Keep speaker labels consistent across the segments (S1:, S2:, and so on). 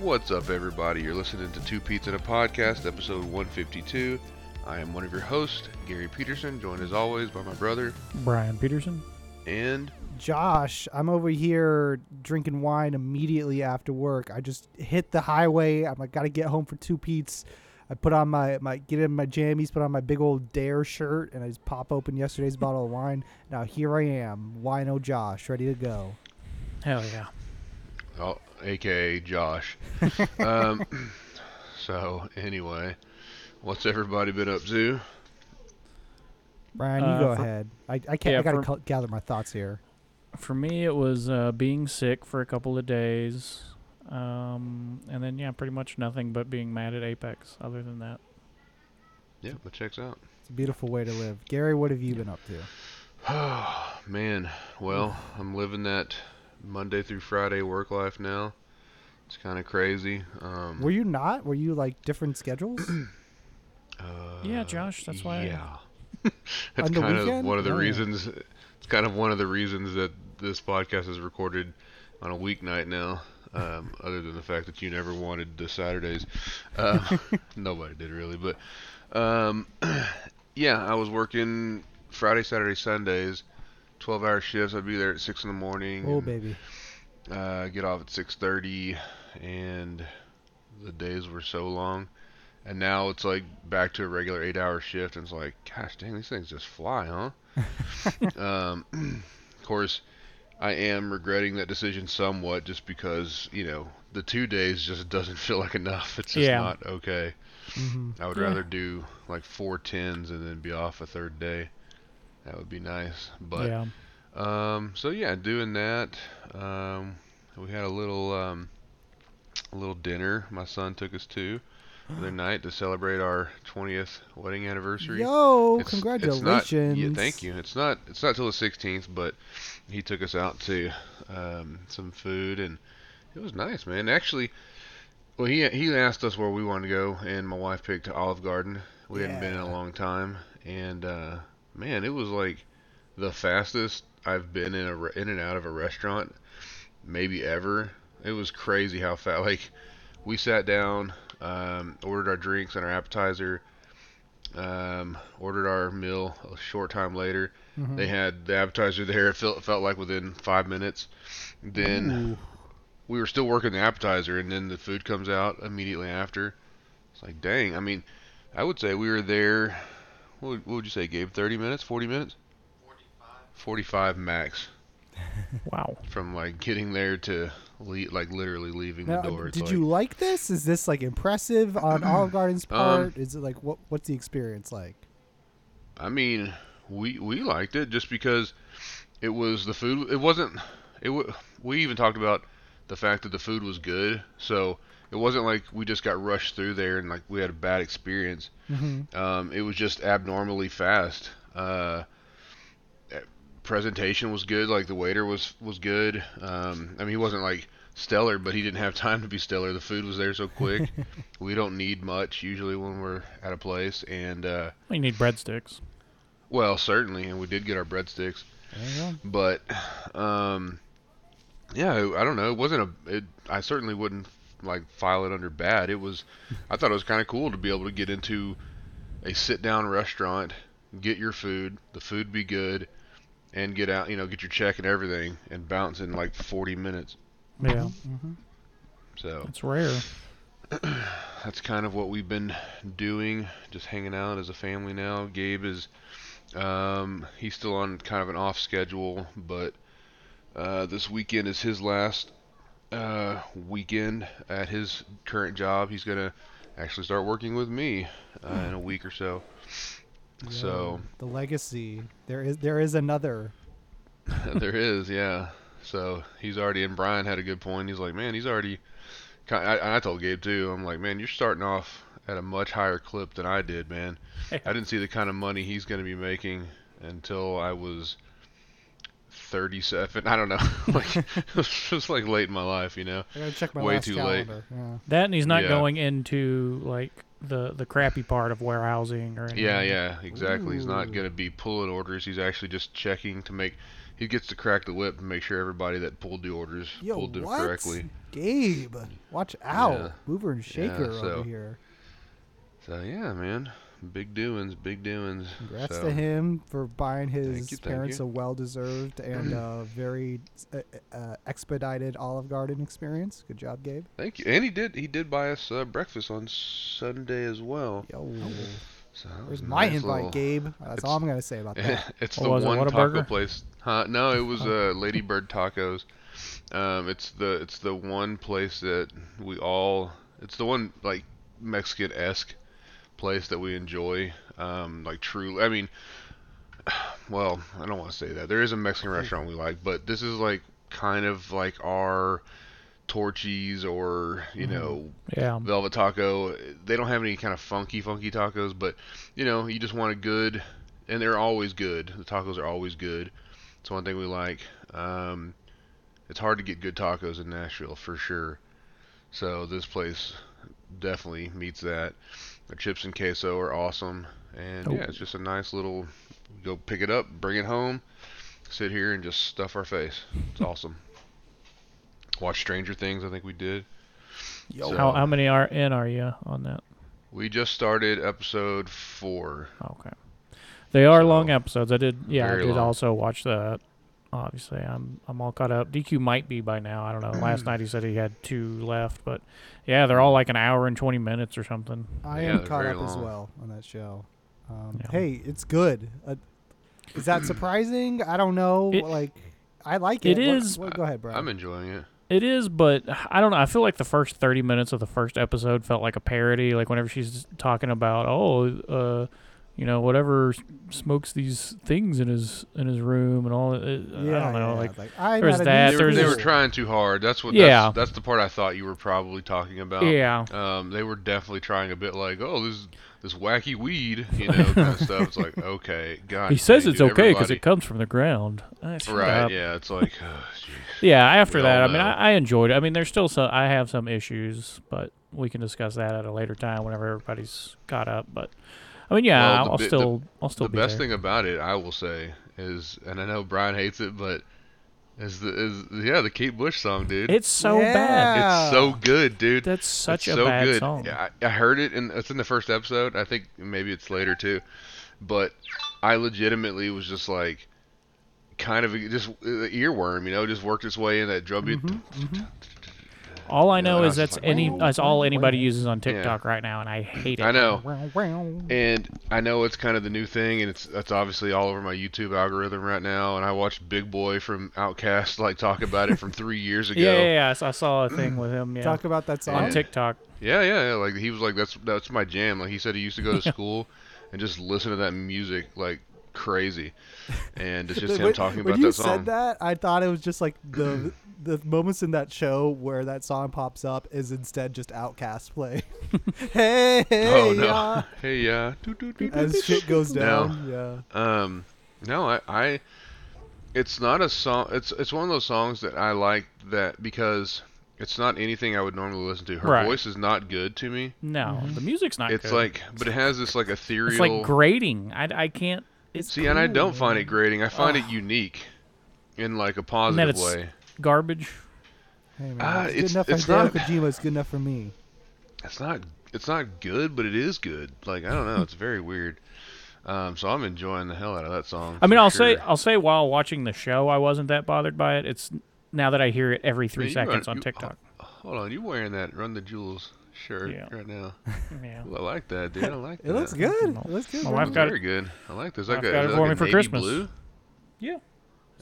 S1: What's up, everybody? You're listening to Two Pizza and a Podcast, episode 152. I am one of your hosts, Gary Peterson, joined as always by my brother
S2: Brian Peterson.
S1: and
S3: Josh, I'm over here drinking wine immediately after work. I just hit the highway. I'm like, gotta get home for two peats. I put on my, my get in my jammies, put on my big old Dare shirt, and I just pop open yesterday's bottle of wine. Now here I am, wino Josh, ready to go.
S2: Hell yeah.
S1: oh, aka Josh. um, so, anyway, what's everybody been up to?
S3: Brian, you
S2: Uh,
S3: go
S2: for-
S3: ahead. I, I can't.
S2: yeah,
S3: I gotta
S2: for-
S3: col- gather my thoughts here.
S2: For me, it was uh, being sick for a couple of days. Um, and then, yeah, pretty much nothing but being mad at Apex other than that.
S1: Yeah, that checks out.
S3: It's a beautiful way to live. Gary, what have you been up to?
S1: Man, well, I'm living that Monday through Friday work life now. It's kind of crazy. Um,
S3: Were you not? Were you like different schedules?
S2: Yeah,
S1: Uh,
S2: Josh, that's why I-
S1: Yeah, that's
S3: On the
S1: kind of
S3: weekend?
S1: one of the
S3: Yeah.
S1: reasons. It's kind of one of the reasons that this podcast is recorded on a weeknight now. Um, other than the fact that you never wanted the Saturdays, um, nobody did really. But um, yeah, I was working Friday, Saturday, Sundays, twelve-hour shifts. I'd be there at six in the morning.
S3: oh
S1: and-
S3: baby,
S1: uh, get off at 6:30, and the days were so long. And now it's like back to a regular eight-hour shift, and it's like, gosh, dang, these things just fly, huh? um, of course, I am regretting that decision somewhat, just because you know the two days just doesn't feel like enough. It's just
S2: Yeah.
S1: not okay.
S3: hmm
S1: I would
S2: Yeah.
S1: rather do like four tens and then be off a third day. That would be nice, but
S2: yeah.
S1: um, so yeah, doing that. Um, we had a little um, a little dinner. My son took us to the other night to celebrate our 20th wedding anniversary.
S3: yo,
S1: It's- it's not- yeah,
S3: congratulations!
S1: thank you. It's not it's not till the 16th, but he took us out to um, some food and it was nice, man. Actually, well, he he asked us where we wanted to go, and my wife picked Olive Garden. We hadn't been in a
S3: Yeah.
S1: long time, and uh, man, it was like the fastest I've been in a re- in and out of a restaurant, maybe ever. It was crazy how fast. Like we sat down, um, ordered our drinks and our appetizer, um, ordered our meal a short time later.
S3: Mhm.
S1: They had the appetizer there. It felt, felt like within five minutes. Then
S3: Ooh.
S1: we were still working the appetizer, and then the food comes out immediately after. It's like, dang. I mean, I would say we were there. What would, what would you say, Gabe? Thirty minutes? Forty minutes? Forty-five max
S2: Wow.
S1: from like getting there to le- like literally leaving
S3: Now,
S1: the door. It's
S3: did
S1: like-
S3: you like this? Is this like impressive on Olive
S1: Um,
S3: Garden's part? Is it like what? What's the experience like?
S1: I mean, we we liked it just because it was the food. It wasn't. It wa we even talked about the fact that the food was good, so it wasn't like we just got rushed through there and like we had a bad experience.
S3: Mm-hmm.
S1: Um, it was just abnormally fast. Uh, eh, presentation was good. Like the waiter was was good. Um, I mean, he wasn't like stellar, but he didn't have time to be stellar. The food was there so quick. we don't need much usually when we're at a place, and uh,
S2: We need breadsticks.
S1: well, certainly, and we did get our breadsticks, but um, yeah, I don't know. It wasn't a. It, I certainly wouldn't like file it under bad. It was. I thought it was kind of cool to be able to get into a sit-down restaurant, get your food, the food be good, and get out. You know, get your check and everything, and bounce in like 40 minutes.
S2: Yeah.
S1: Mm-hmm.
S3: hmm
S1: So
S2: It's rare.
S1: that's kind of what we've been doing, just hanging out as a family now. Gabe is, um, he's still on kind of an off schedule, but uh, this weekend is his last uh, weekend at his current job. He's gonna actually start working with me uh, in a week or so. So
S3: the legacy. There is there is another.
S1: there is, yeah. So he's already, and Brian had a good point. He's like, man, he's already. ki- I, I told Gabe too. I'm like, man, you're starting off at a much higher clip than I did, man.
S2: Yeah.
S1: I didn't see the kind of money he's going to be making until I was 37. I don't know. like, it was just like late in my life, you know.
S3: I gotta check my
S1: Way
S3: last
S1: too late.
S3: calendar. Yeah.
S2: That and he's not
S1: Yeah.
S2: going into, like, the the crappy part of warehousing or anything.
S1: Yeah, yeah, exactly. He's not
S3: Ooh.
S1: going to be pulling orders. He's actually just checking to make. He gets to crack the whip and make sure everybody that pulled the orders
S3: Yo,
S1: pulled them
S3: what?
S1: correctly.
S3: Gabe, watch out.
S1: Yeah.
S3: Mover and shaker
S1: so-
S3: over here.
S1: So yeah, man, big doings, big doings.
S3: Congrats
S1: so,
S3: to him for buying his
S1: Thank you, thank
S3: parents
S1: you.
S3: a well-deserved and uh, very uh, uh, expedited Olive Garden experience. Good job, Gabe.
S1: Thank you. And he did. He did buy us uh, breakfast on Sunday as well.
S3: Yo,
S1: So that was
S3: where's
S1: a
S3: my
S1: nice
S3: invite,
S1: little-
S3: Gabe? That's all I'm gonna say about that.
S1: it's
S2: What
S1: the
S2: was it,
S1: one taco
S2: Whataburger? Oh.
S1: place. Huh? No, it was uh, Lady Bird Tacos. Um, it's the it's the one place that we all. It's the one like Mexican esque place that we enjoy. Um, like truly, I mean, well, I don't want to say that. There is a Mexican restaurant we like, but this is like kind of like our Torchies or you
S2: Mm-hmm.
S1: know
S2: Yeah.
S1: Velvet Taco. They don't have any kind of funky, funky tacos, but you know, you just want a good, and they're always good. The tacos are always good. It's one thing we like. Um, it's hard to get good tacos in Nashville for sure. So this place definitely meets that. Their chips and queso are awesome, and yeah, it's just a nice little go pick it up, bring it home, sit here and just stuff our face. It's awesome. Watch Stranger Things, I think we did.
S3: Yo,
S1: So-
S2: How how many are in are you on that?
S1: We just started episode four.
S2: Okay. They are
S1: So,
S2: long episodes. I did yeah, I
S1: very
S2: did
S1: long.
S2: also watch that. Obviously, I'm I'm all caught up. DQ might be by now. I don't know.
S1: Mm.
S2: Last night he said he had two left, but yeah, they're all like an hour and 20 minutes or something.
S3: I
S1: Yeah,
S3: am
S1: they're
S3: caught
S1: very
S3: up as
S1: long.
S3: well on that show. Um,
S2: Yeah.
S3: Hey, it's good. Uh, is that surprising? I don't know.
S2: It-
S3: like, I like it.
S2: it
S3: What-
S2: is-
S3: what- go ahead, Brad.
S1: I'm enjoying it.
S2: It is, but I don't know. I feel like the first 30 minutes of the first episode felt like a parody. Like whenever she's talking about, oh, uh, you know, whatever s- smokes these things in his in his room and all. It, I don't know. Like
S3: I'm
S2: there's
S3: at a
S2: that,
S1: They
S3: new
S1: were,
S2: there's
S1: they
S3: school.
S1: were trying too hard. That's what.
S2: Yeah.
S1: That's, that's the part I thought you were probably talking about.
S2: yeah,
S1: Um, they were definitely trying a bit like, oh, this this wacky weed, you know, kind of stuff. It's like, okay, God.
S2: he says
S1: dang,
S2: it's
S1: dude,
S2: okay because
S1: everybody-
S2: it comes from the ground. Ah, shut
S1: Right.
S2: up.
S1: Yeah. It's like, oh, jeez.
S2: Yeah, after
S1: We
S2: that,
S1: all
S2: I mean,
S1: know.
S2: I, I enjoyed it. I mean, there's still some. I have some issues, but we can discuss that at a later time whenever everybody's caught up. But I mean, yeah,
S1: Well,
S2: I'll,
S1: the
S2: I'll
S1: bi- the-
S2: still, I'll still
S1: the
S2: be
S1: best
S2: there.
S1: thing about it, I will say, is, and I know Brian hates it, but is the is yeah the Kate Bush song, dude.
S2: It's so
S3: Yeah.
S2: bad.
S1: it's so good, dude.
S2: That's such
S1: It's
S2: a
S1: so
S2: bad
S1: good.
S2: song.
S1: Yeah, I, I heard it, and it's in the first episode. I think maybe it's later too, but I legitimately was just like, kind of just uh, earworm, you know, just worked its way in that drum beat.
S2: All I
S1: Yeah,
S2: know
S1: and I
S2: is
S1: was just
S2: that's
S1: like,
S2: any
S3: "Wow,
S2: that's all
S3: wow,
S2: anybody
S3: wow."
S2: uses on TikTok right now, and I hate it.
S1: I know,
S3: Wow, wow.
S1: and I know it's kind of the new thing, and it's that's obviously all over my YouTube algorithm right now. And I watched Big Boy from Outkast like talk about it from three years ago.
S2: Yeah, yeah, yeah. I s- I saw a thing with him. Yeah,
S3: Talk about that song.
S2: on
S1: Yeah.
S2: TikTok.
S1: Yeah, yeah, yeah. Like he was like, that's that's my jam. Like he said, he used to go to school and just listen to that music like crazy, and it's just him
S3: when,
S1: talking
S3: when
S1: about
S3: you
S1: that song.
S3: said that, I thought it was just like the the moments in that show where that song pops up is instead just Outcast play. hey, hey,
S1: oh no!
S3: yeah.
S1: Hey yeah. Doo, doo, doo, doo, doo,
S3: As shit goes
S1: No.
S3: down, yeah.
S1: Um, no, I, I, it's not a song. It's it's one of those songs that I like that because it's not anything I would normally listen to. Her
S2: Right.
S1: voice is not good to me.
S2: No, the music's not.
S1: It's
S2: good.
S1: like, but it has this like ethereal.
S2: it's like grating. I, I can't. It's
S1: See, and I don't find it grating. I find it unique, in like a
S2: that
S1: positive
S2: it's-
S1: way.
S2: garbage.
S3: Hey, man,
S1: Ah,
S3: Uh, it's,
S1: it's-
S3: good enough
S1: it's
S3: for Hideo
S1: not-
S3: Kojima. It's good enough for me.
S1: It's not. It's not good, but it is good. Like I don't know. It's very weird. Um, so I'm enjoying the hell out of that song.
S2: I mean,
S1: for
S2: I'll say uh,
S1: sure.
S2: I'll say while watching the show, I wasn't that bothered by it. It's now that I hear it every three
S1: Yeah, you
S2: seconds
S1: are-
S2: on
S1: you-
S2: TikTok.
S1: Hold on, you wearing that Run the Jewels shirt
S2: Yeah.
S1: right now?
S2: yeah.
S1: Ooh, I like that, dude. I like
S3: It
S1: that.
S3: looks good.
S2: No.
S3: It looks good.
S2: My
S3: bro.
S2: wife
S1: It's
S2: got
S1: very good. I like this. I
S2: I've
S1: got, is
S2: got it
S1: that
S2: for
S1: like
S2: me
S1: a
S2: for
S1: navy
S2: Christmas.
S1: Blue?
S2: Yeah.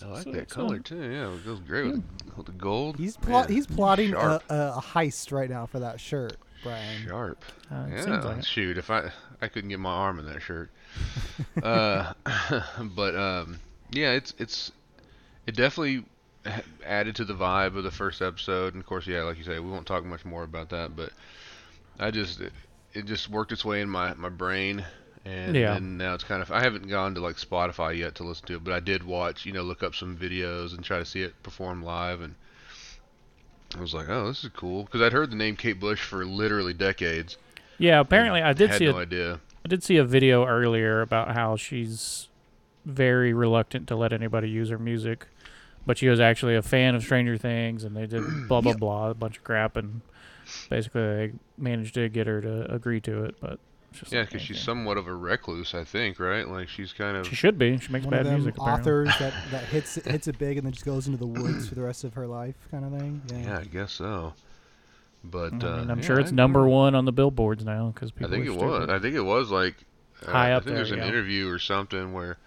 S1: I like
S2: So
S1: that
S2: it's,
S1: color
S2: um,
S1: too. Yeah, it goes great with, the, with the gold.
S3: He's pl-
S1: Man,
S3: he's plotting a,
S1: sharp.
S3: a, a heist right now for that shirt, Brian.
S1: Sharp.
S2: Uh, it
S1: yeah.
S2: seems like it.
S1: shoot, if I I couldn't get my arm in that shirt. uh, but um, yeah, it's it's it definitely h- added to the vibe of the first episode. And of course, yeah, like you say, we won't talk much more about that. But I just it, it just worked its way in my my brain. And
S2: Yeah.
S1: then now it's kind of I haven't gone to like Spotify yet to listen to it, but I did watch, you know, look up some videos and try to see it perform live, and I was like, oh, this is cool, because I'd heard the name Kate Bush for literally decades.
S2: Yeah, apparently I did
S1: had
S2: see
S1: no
S2: a,
S1: idea.
S2: I did see a video earlier about how she's very reluctant to let anybody use her music, but she was actually a fan of Stranger Things, and they did blah blah blah a bunch of crap, and basically they managed to get her to agree to it. But it's just
S1: Yeah,
S2: like,
S1: because she's
S2: okay.
S1: somewhat of a recluse, I think, right? Like she's kind of
S2: she should be. She makes
S3: One
S2: bad
S3: of them
S2: music. Apparently.
S3: authors that, that hits hits it big and then just goes into the woods for the rest of her life, kind of thing. Yeah.
S1: yeah, I guess so. But
S2: I
S1: uh,
S2: mean, I'm
S1: yeah,
S2: sure
S1: I
S2: it's
S1: agree.
S2: number one on the billboards now because
S1: I
S2: people.
S1: think
S2: are
S1: it was.
S2: stupid.
S1: I think it was like uh,
S2: High up
S1: I think there's
S2: there,
S1: an
S2: yeah.
S1: interview or something where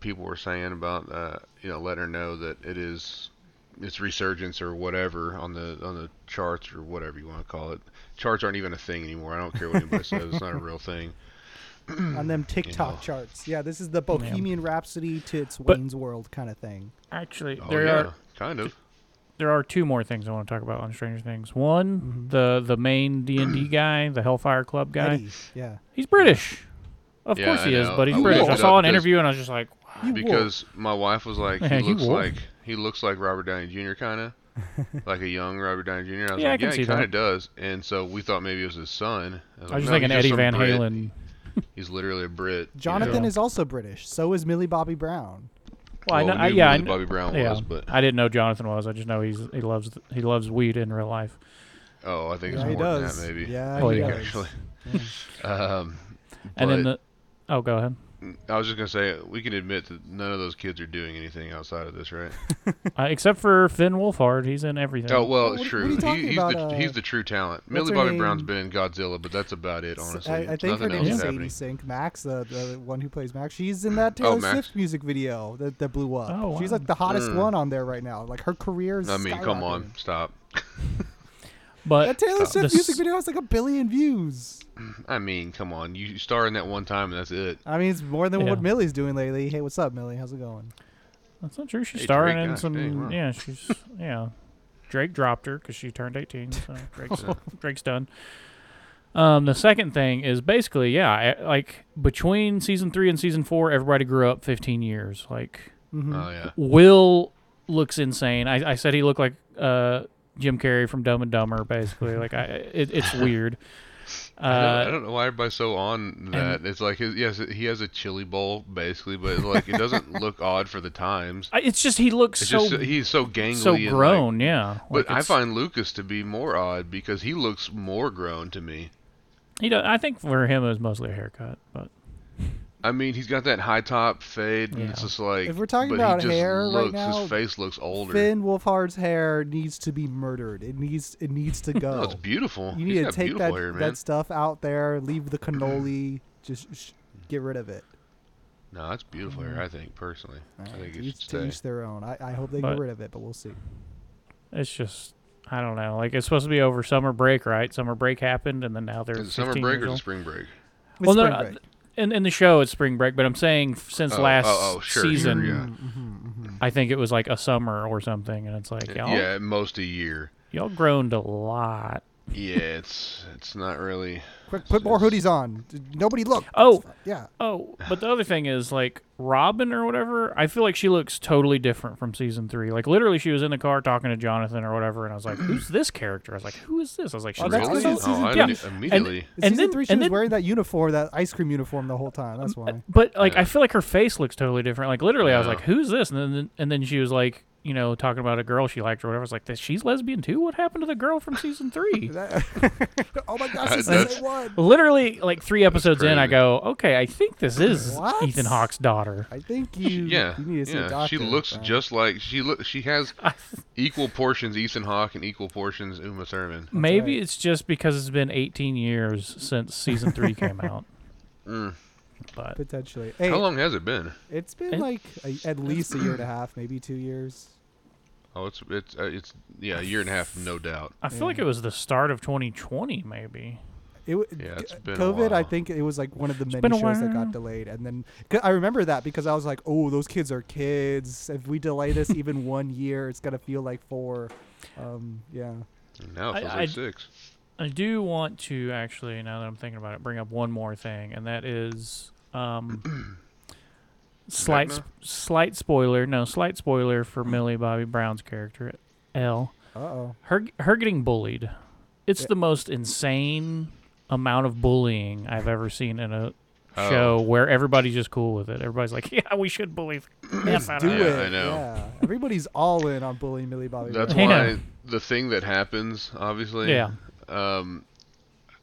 S1: people were saying about uh, you know let her know that it is its resurgence or whatever on the on the charts or whatever you want to call it. Charts aren't even a thing anymore. I don't care what anybody says. It's not a real thing.
S3: On them TikTok
S1: know.
S3: charts. Yeah, this is the Bohemian Rhapsody to its
S2: But-
S3: Wayne's World kind of thing.
S2: Actually,
S1: Oh
S2: there
S1: yeah,
S2: are
S1: kind of.
S2: there are two more things I want to talk about on Stranger Things. One, the the main D and D guy, the Hellfire Club guy.
S3: Eddie, yeah.
S2: He's British. Of
S1: Yeah,
S2: course
S1: I
S2: he is,
S1: know.
S2: but he's
S1: I
S2: British.
S1: looked
S2: I
S1: it
S2: saw
S1: up
S2: an
S1: because-
S2: interview and I was just like,
S3: You
S1: because my wife was like,
S2: Yeah,
S1: he
S2: you
S1: looks
S2: wolf.
S1: like he looks like Robert Downey Jr. kind of, like a young Robert Downey Jr. I was
S2: Yeah, I
S1: like,
S2: can
S1: yeah,
S2: see
S1: he kind
S2: that.
S1: of does. And so we thought maybe it was his son.
S2: I was just
S1: no,
S2: thinking
S1: he's
S2: Eddie
S1: some
S2: Van
S1: Brit.
S2: Halen.
S1: He's literally a Brit. you know?
S3: Jonathan
S2: Yeah.
S3: is also British. So is Millie Bobby Brown.
S2: Well, I
S1: Well,
S2: know,
S1: we
S2: I,
S1: knew
S2: yeah,
S1: who
S2: I
S1: the
S2: kn-
S1: Bobby Brown
S2: yeah.
S1: was, but
S2: I didn't know Jonathan was. I just know he's he loves he loves weed in real life.
S1: oh, I think it's
S3: Yeah, he
S1: more than that
S3: does.
S1: maybe.
S3: Oh, Yeah,
S1: I
S2: he
S1: think,
S2: does.
S1: actually. Um,
S2: And then
S1: but
S2: the oh, go ahead.
S1: I was just gonna say we can admit that none of those kids are doing anything outside of this, right?
S2: Uh, except for Finn Wolfhard, he's in everything.
S1: Oh well,
S3: What-
S1: it's
S3: what are
S1: true.
S3: you talking
S1: he, he's
S3: about,
S1: the
S3: uh,
S1: he's the true talent.
S3: what's
S1: Millie
S3: her
S1: Bobby
S3: name?
S1: Brown's been in Godzilla, but that's about it, honestly.
S3: I, I think her
S1: Nothing
S3: name
S1: else
S3: is
S1: is
S3: Sadie
S1: happening.
S3: Sink. Max, the, the one who plays Max, she's in that
S1: Oh,
S3: Taylor
S1: Max.
S3: Swift music video that, that blew up.
S2: Oh,
S3: She's
S2: wow.
S3: like the hottest
S1: Mm.
S3: one on there right now. Like her career is.
S1: I mean, come on,
S3: skyrocketing.
S1: stop.
S2: but
S3: That Taylor
S1: Stop.
S3: Swift
S2: This-
S3: music video has like a billion views.
S1: I mean, come on. You star in that one time, and that's it.
S3: I mean, it's more than
S2: Yeah.
S3: what Millie's doing lately. Hey, what's up, Millie? How's it going?
S2: that's not true. She's
S1: Hey,
S2: starring
S1: Drake,
S2: in
S1: gosh,
S2: some.
S1: dang, wow.
S2: Yeah, she's yeah. Drake dropped her because she turned 18, so Drake's, Drake's done. Um, the second thing is basically, yeah, I, like between season three and season four, everybody grew up 15 years. Like,
S3: Mm-hmm.
S1: Oh yeah.
S2: Will looks insane. I, I said he looked like uh, Jim Carrey from Dumb and Dumber, basically. Like I, eh, it, it's weird.
S1: I don't- I
S2: Uh,
S1: don't know why everybody's so on that. It's like his, yes, he has a chili bowl basically, but it's like it doesn't look odd for the times.
S2: I- it's just he looks
S1: It's
S2: so
S1: just he's so gangly,
S2: so
S1: and, like-
S2: grown. yeah,
S1: but
S2: Like,
S1: I
S2: it's-
S1: find Lucas to be more odd because he looks more grown to me.
S2: he. do- I think for him it was mostly a haircut, but
S1: I mean, he's got that high top fade, and it's
S2: Yeah.
S1: just like
S3: If we're talking
S1: but
S3: about
S1: he just
S3: hair right
S1: looks,
S3: now,
S1: his face looks older.
S3: Finn Wolfhard's hair needs to be murdered. It needs it needs to go.
S1: no, it's beautiful. He's
S3: you need to
S1: got
S3: take
S1: beautiful
S3: that
S1: hair, man.
S3: that stuff out there. Leave the cannoli. just sh- get rid of it.
S1: No, that's beautiful hair. I think personally, I think
S3: to
S1: it should
S3: each, to
S1: stay.
S3: each their own. I, I hope they
S2: But-
S3: get rid of it, but we'll see.
S2: it's just I don't know. Like it's supposed to be over summer break, right? Summer break happened, and then now they're
S1: Is it summer
S2: 15
S1: break
S2: years
S1: or is it
S2: old.
S1: spring break?
S3: It's
S2: Well, no,
S3: spring
S2: uh,
S3: break.
S2: in in the show it's spring break, but I'm saying f- since
S1: Oh,
S2: last
S1: oh, oh, sure, sure,
S2: season,
S3: Mm-hmm,
S1: yeah.
S2: I think it was like a summer or something, and it's like y'all
S1: Yeah, most a year.
S2: y'all groaned a lot.
S1: Yeah, it's it's not really.
S3: Quick, put more hoodies on. D- Nobody look.
S2: Oh.
S3: yeah.
S2: Oh, but the other thing is like Robin or whatever. I feel like she looks totally different from season three. Like literally, she was in the car talking to Jonathan or whatever, and I was like, "Who's this character?" I was like, "Who is this?" I was like, "She
S3: Oh,
S2: looks
S3: that's
S1: Really?
S3: 'cause
S2: like so-
S3: it's season
S1: oh, I
S2: three.
S1: knew- immediately.
S3: In
S2: And
S3: season
S2: then-
S3: three, she
S2: and
S3: was
S2: then-
S3: wearing that uniform, that ice cream uniform, the whole time. That's why.
S2: But like, I
S1: Yeah.
S2: feel like her face looks totally different. Like literally, I was
S1: Yeah.
S2: like, "Who's this?" And then and then she was like, you know, talking about a girl she liked or whatever. I was like, "This- "She's lesbian too." What happened to the girl from season three?
S3: That- oh my gosh, it's the
S1: Uh, That's-
S3: same one.
S2: literally, like three episodes in, I
S1: crazy.
S2: go, "Okay, I think this is
S3: What?
S2: Ethan Hawke's daughter."
S3: I think
S1: She-
S3: you.
S1: yeah,
S3: You need to see a
S1: yeah. She
S3: doctor, uh,
S1: looks
S3: but-
S1: just like she look. She has equal portions Ethan Hawke and equal portions Uma Thurman.
S2: Maybe
S3: right.
S2: it's just because it's been 18 years since season three came out.
S1: Mm.
S2: But
S3: potentially. Hey,
S1: How long has it been?
S3: it's been
S2: It-
S3: like a, at least a year and a half, maybe two years.
S1: Oh, it's it's uh, it's yeah, a year and a half, no doubt.
S2: I feel like it was the start of 2020, maybe.
S3: It w-
S1: Yeah,
S3: c-
S1: it's been a
S3: COVID. I
S1: while.
S3: think it was like one of the
S2: been
S3: many
S2: a
S3: shows that
S2: while.
S3: got delayed, and then 'cause I remember that because I was like, "Oh, those kids are kids. If we delay this even one year, it's gonna feel like four. Um, yeah,
S1: And Now it
S2: I-
S1: feels
S2: I-
S1: like six.
S2: I do want to actually, now that I'm thinking about it, bring up one more thing, and that is um, slight
S1: Vecna?
S2: sp- slight spoiler. No, slight spoiler for Millie Bobby Brown's character, L.
S3: uh oh,
S2: Her her getting bullied. It's
S3: Yeah.
S2: the most insane amount of bullying I've ever seen in a
S1: Oh.
S2: show where everybody's just cool with it. Everybody's like, "Yeah, we should bully."
S3: Let's
S2: I
S3: do
S2: know.
S1: Yeah,
S3: it.
S1: I know.
S3: Yeah. Everybody's all in on bullying Millie Bobby.
S1: That's
S2: Yeah.
S3: Brown.
S1: why the thing that happens, obviously.
S2: Yeah.
S1: Um,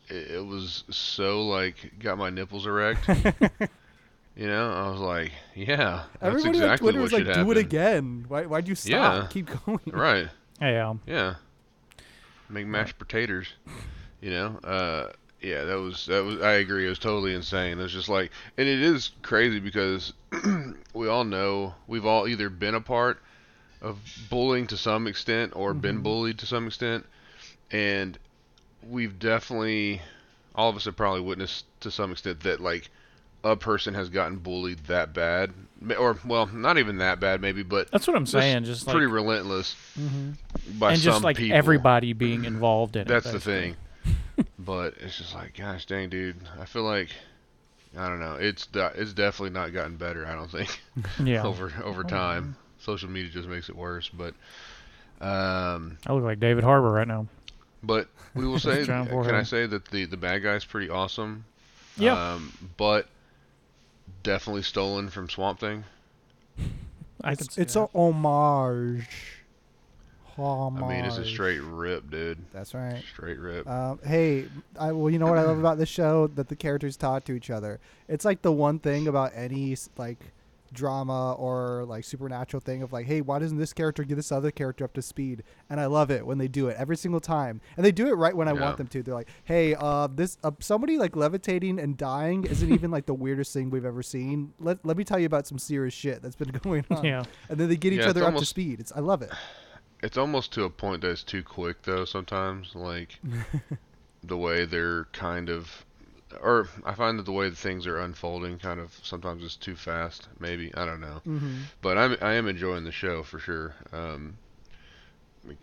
S1: it, it was so like got my nipples erect. you know, I was like, yeah, that's
S3: Everybody on
S1: exactly
S3: Twitter
S1: what
S3: was like,
S1: should
S3: "Do
S1: happen.
S3: it again. Why? Why'd you stop?
S1: Yeah.
S3: Keep going."
S1: Right.
S2: Yeah,
S1: Yeah. Make mashed potatoes. You know. Uh, yeah, that was that was. I agree. It was totally insane. It was just like, and it is crazy because we all know we've all either been a part of bullying to some extent or been bullied to some extent, and we've definitely all of us have probably witnessed to some extent that like a person has gotten bullied that bad Ma- or well not even that bad maybe but
S2: that's what I'm saying. Just like Mm-hmm.
S1: pretty relentless by
S2: and
S1: some
S2: just like
S1: people.
S2: everybody being involved in it.
S1: That's the thing.
S2: basically.
S1: but it's just like, gosh dang, dude. I feel like, I don't know. It's de- it's definitely not gotten better. I don't think
S2: Yeah, Oh,
S1: over over time. Social media just makes it worse. But, um,
S2: I look like David Harbor right now.
S1: but we will say,
S2: John
S1: can I
S2: Boyega.
S1: say that the the bad guy's pretty awesome.
S2: Yeah,
S1: Um, but definitely stolen from Swamp Thing.
S2: I could
S3: It's,
S2: see
S3: it's
S2: that.
S3: a homage. Homage.
S1: I mean, it's a straight rip, dude.
S3: That's right.
S1: Straight rip.
S3: Um, hey, I, well, you know what I love about this show that the characters talk to each other. It's like the one thing about any s- like drama or like supernatural thing of like, hey, why doesn't this character get this other character up to speed? And I love it when they do it every single time, and they do it right when I
S1: Yeah.
S3: want them to. They're like, hey, uh, this uh, somebody like levitating and dying isn't even like the weirdest thing we've ever seen. Let let me tell you about some serious shit that's been going on.
S2: Yeah.
S3: and then they get each
S1: Yeah, it's
S3: other up to
S1: almost-
S3: speed. It's I love it.
S1: it's almost to a point that it's too quick though sometimes like the way they're kind of or i find that the way that things are unfolding kind of sometimes it's too fast maybe i don't know
S3: Mm-hmm.
S1: but i'm i am enjoying the show for sure um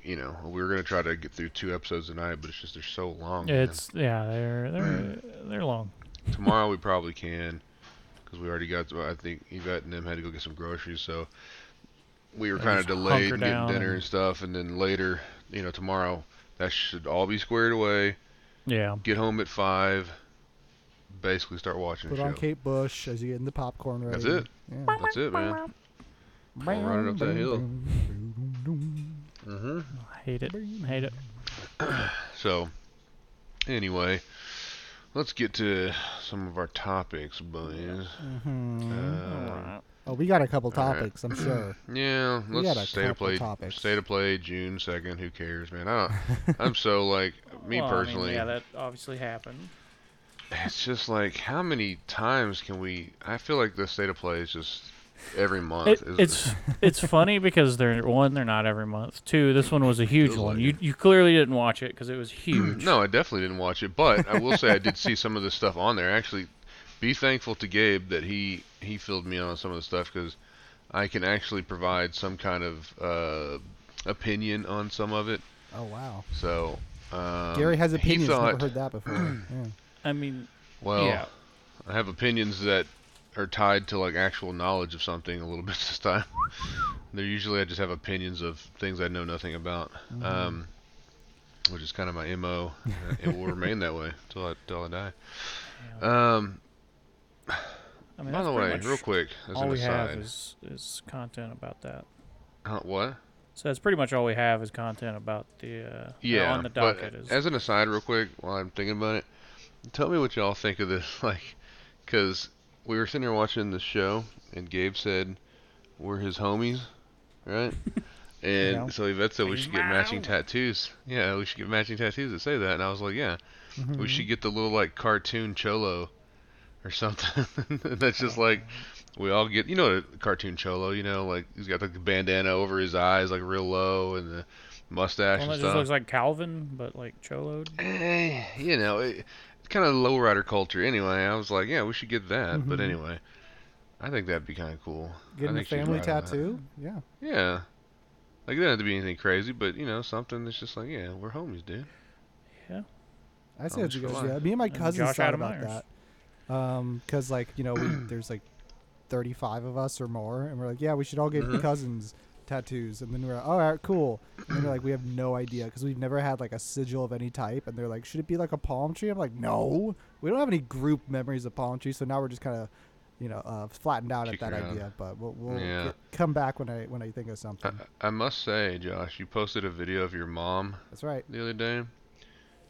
S1: you know we were going to try to get through two episodes tonight but it's just they're so long Oh, man.
S2: It's yeah, they're they're they're long.
S1: tomorrow we probably can because we already got i think yvette and them had to go get some groceries so we were
S2: Yeah,
S1: kind of
S2: just
S1: delayed
S2: hunker
S1: in getting
S2: down
S1: dinner
S2: and-
S1: and stuff and then later you know tomorrow that should all be squared away
S2: Yeah,
S1: get home at five basically start watching
S3: Put
S1: the show
S3: on Kate Bush as you get in the popcorn ready.
S1: That's it.
S3: Yeah.
S1: that's it man
S3: Bam,
S1: running up that
S3: bam,
S1: hill.
S3: bam, bam,
S1: hmm
S2: I hate it, hate it.
S1: so anyway let's get to some of our topics boys
S3: bam. Mhm.
S1: Uh,
S3: oh, we got a couple
S1: all right.
S3: topics, I'm sure.
S1: Yeah,
S3: We
S1: let's
S3: had a
S1: stay to
S3: couple
S1: play.
S3: topics.
S1: Stay to play June second. Who cares, man? I don't, I'm so like me personally.
S2: yeah, that obviously happened.
S1: It's just like how many times can we? I feel like the state of play is just every month.
S2: It,
S1: Uh, is
S2: it's it's funny because they're one, they're not every month. Two, this one was a huge
S1: Feels
S2: one.
S1: like
S2: You you clearly didn't watch it because it was huge.
S1: no, I definitely didn't watch it, but I will say I did see some of the stuff on there. Actually, be thankful to Gabe that he he filled me in on some of the stuff because I can actually provide some kind of uh, opinion on some of it.
S3: Oh wow.
S1: So um,
S3: Gary has
S1: he
S3: opinions.
S1: Thought,
S3: Never heard that before. yeah.
S2: I mean,
S1: well.
S2: yeah,
S1: I have opinions that are tied to like actual knowledge of something a little bit this time. They're usually I just have opinions of things I know nothing about,
S2: Mm-hmm.
S1: um, which is kind of my mo. and it will remain that way till I till I die. Um,
S2: I mean,
S1: by
S2: that's
S1: the
S2: pretty
S1: way,
S2: much
S1: real quick, as
S2: all
S1: an
S2: we
S1: aside,
S2: have is is content about that.
S1: Huh, what?
S2: So that's pretty much all we have is content about the uh,
S1: Yeah,
S2: on the
S1: but
S2: docket is
S1: as an aside, real quick, while I'm thinking about it, tell me what y'all think of this. Like, because we were sitting there watching the show, and Gabe said we're his homies, right? And
S3: Yeah.
S1: so Yvette said we
S2: He's
S1: should get
S2: my
S1: matching
S2: homie.
S1: tattoos. Yeah, we should get matching tattoos that say that. And I was like, yeah,
S3: Mm-hmm.
S2: Mm-hmm.
S1: we should get the little like cartoon cholo or something. That's just like we all get, you know, a cartoon cholo. You know, like he's got like the bandana over his eyes, like real low, and the mustache
S2: one
S1: and
S2: that
S1: stuff.
S2: just looks like Calvin but like choloed.
S1: Eh, you know, it, it's kind of lowrider culture anyway. I was like, yeah, we should get that. But
S3: Mhm.
S1: anyway, I think that'd be kind of cool. I
S3: Getting a
S1: think she's
S3: family
S1: right on that.
S3: tattoo. Yeah.
S1: Yeah. Like, it doesn't have to be anything crazy, but, you know, something that's just like, yeah, we're homies, dude.
S3: I see
S1: Oh,
S3: what you
S1: sure.
S3: guys do. Me and my
S2: And
S3: cousins
S2: Josh
S3: thought
S2: Adam
S3: about
S2: Myers.
S3: that. Um, cause like you know we, there's like 35 of us or more, and we're like, yeah, we should all get
S1: Mhm.
S3: cousins tattoos, and then we're like, all right, cool. And they're like, we have no idea because we've never had like a sigil of any type. And they're like, should it be like a palm tree? I'm like, no, we don't have any group memories of palm trees. So now we're just kind of, you know, uh, flattened out
S1: Kicking
S3: at that
S1: around.
S3: idea. But we'll, we'll
S1: Yeah. Uh,
S3: get- come back when I when I think of
S1: I,
S3: something.
S1: I must say, Josh, you posted a video of your mom
S3: That's right.
S1: the other day.